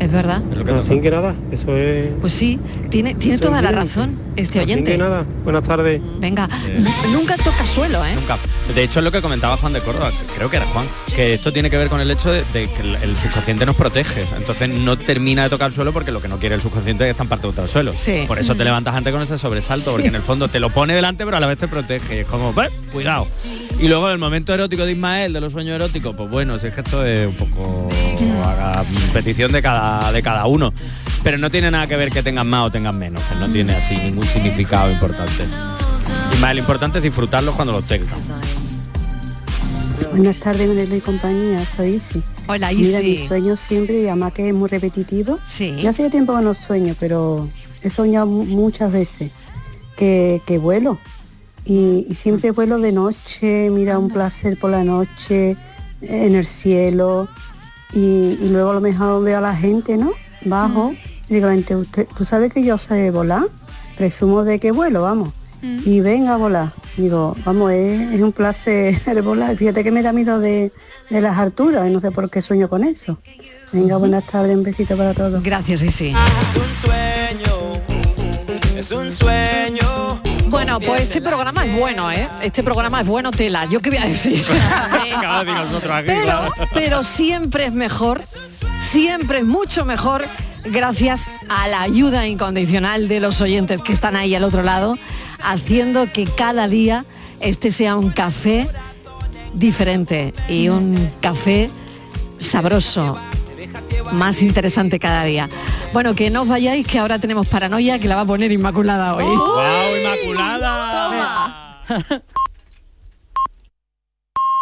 [SPEAKER 4] Es verdad.
[SPEAKER 35] Así que nada, eso es.
[SPEAKER 4] Pues sí, tiene, tiene
[SPEAKER 35] Eso
[SPEAKER 4] toda
[SPEAKER 35] es
[SPEAKER 4] la
[SPEAKER 35] bien.
[SPEAKER 4] razón este
[SPEAKER 35] Así
[SPEAKER 4] oyente.
[SPEAKER 35] que nada, buenas tardes.
[SPEAKER 4] Venga,
[SPEAKER 5] Eh.
[SPEAKER 4] nunca toca suelo, ¿eh?
[SPEAKER 5] Nunca. De hecho, es lo que comentaba Juan de Córdoba, que creo que era Juan, que esto tiene que ver con el hecho de, de que el, el subconsciente nos protege. Entonces no termina de tocar el suelo porque lo que no quiere el subconsciente es estar parte del suelo.
[SPEAKER 4] Sí.
[SPEAKER 5] Por eso te levantas antes con ese sobresalto, porque en el fondo te lo pone delante, pero a la vez te protege. Es como, "Ve, cuidado. Y luego el momento erótico de Ismael, de los sueños eróticos, pues bueno, si es que esto es un poco a la petición de cada, de cada uno. Pero no tiene nada que ver que tengas más o tengas menos, que no tiene así ningún significado importante. Ismael, lo importante es disfrutarlos cuando los tengas.
[SPEAKER 16] Buenas tardes, Manuela y compañía, soy Isi.
[SPEAKER 4] Hola,
[SPEAKER 16] Mira,
[SPEAKER 4] Isi.
[SPEAKER 16] mi sueño siempre, y además que es muy repetitivo.
[SPEAKER 4] Sí.
[SPEAKER 16] Ya hace tiempo que no sueño, pero he soñado mu- muchas veces que, que vuelo. Y, y siempre vuelo de noche, mira, un placer por la noche, en el cielo. Y, y luego a lo mejor veo a la gente, ¿no? Bajo. Y digo, gente, usted, tú sabes que yo sé volar. Presumo de que vuelo, vamos. Y venga a volar. Digo, vamos, es, es un placer volar. Fíjate que me da miedo de, de las alturas y no sé por qué sueño con eso. Venga, buenas tardes, un besito para todos.
[SPEAKER 4] Gracias, sí.
[SPEAKER 1] Es un sueño.
[SPEAKER 4] Bueno, pues este programa es bueno, ¿eh? Este programa es bueno, tela. Yo qué voy a decir.
[SPEAKER 5] Cada día nosotros aquí,
[SPEAKER 4] Pero,
[SPEAKER 5] claro.
[SPEAKER 4] pero siempre es mejor, siempre es mucho mejor gracias a la ayuda incondicional de los oyentes que están ahí al otro lado, haciendo que cada día este sea un café diferente y un café sabroso, más interesante cada día. Bueno, que no os vayáis, que ahora ¿eh? tenemos paranoia, que la va a poner Inmaculada hoy.
[SPEAKER 5] ¡Guau, Inmaculada!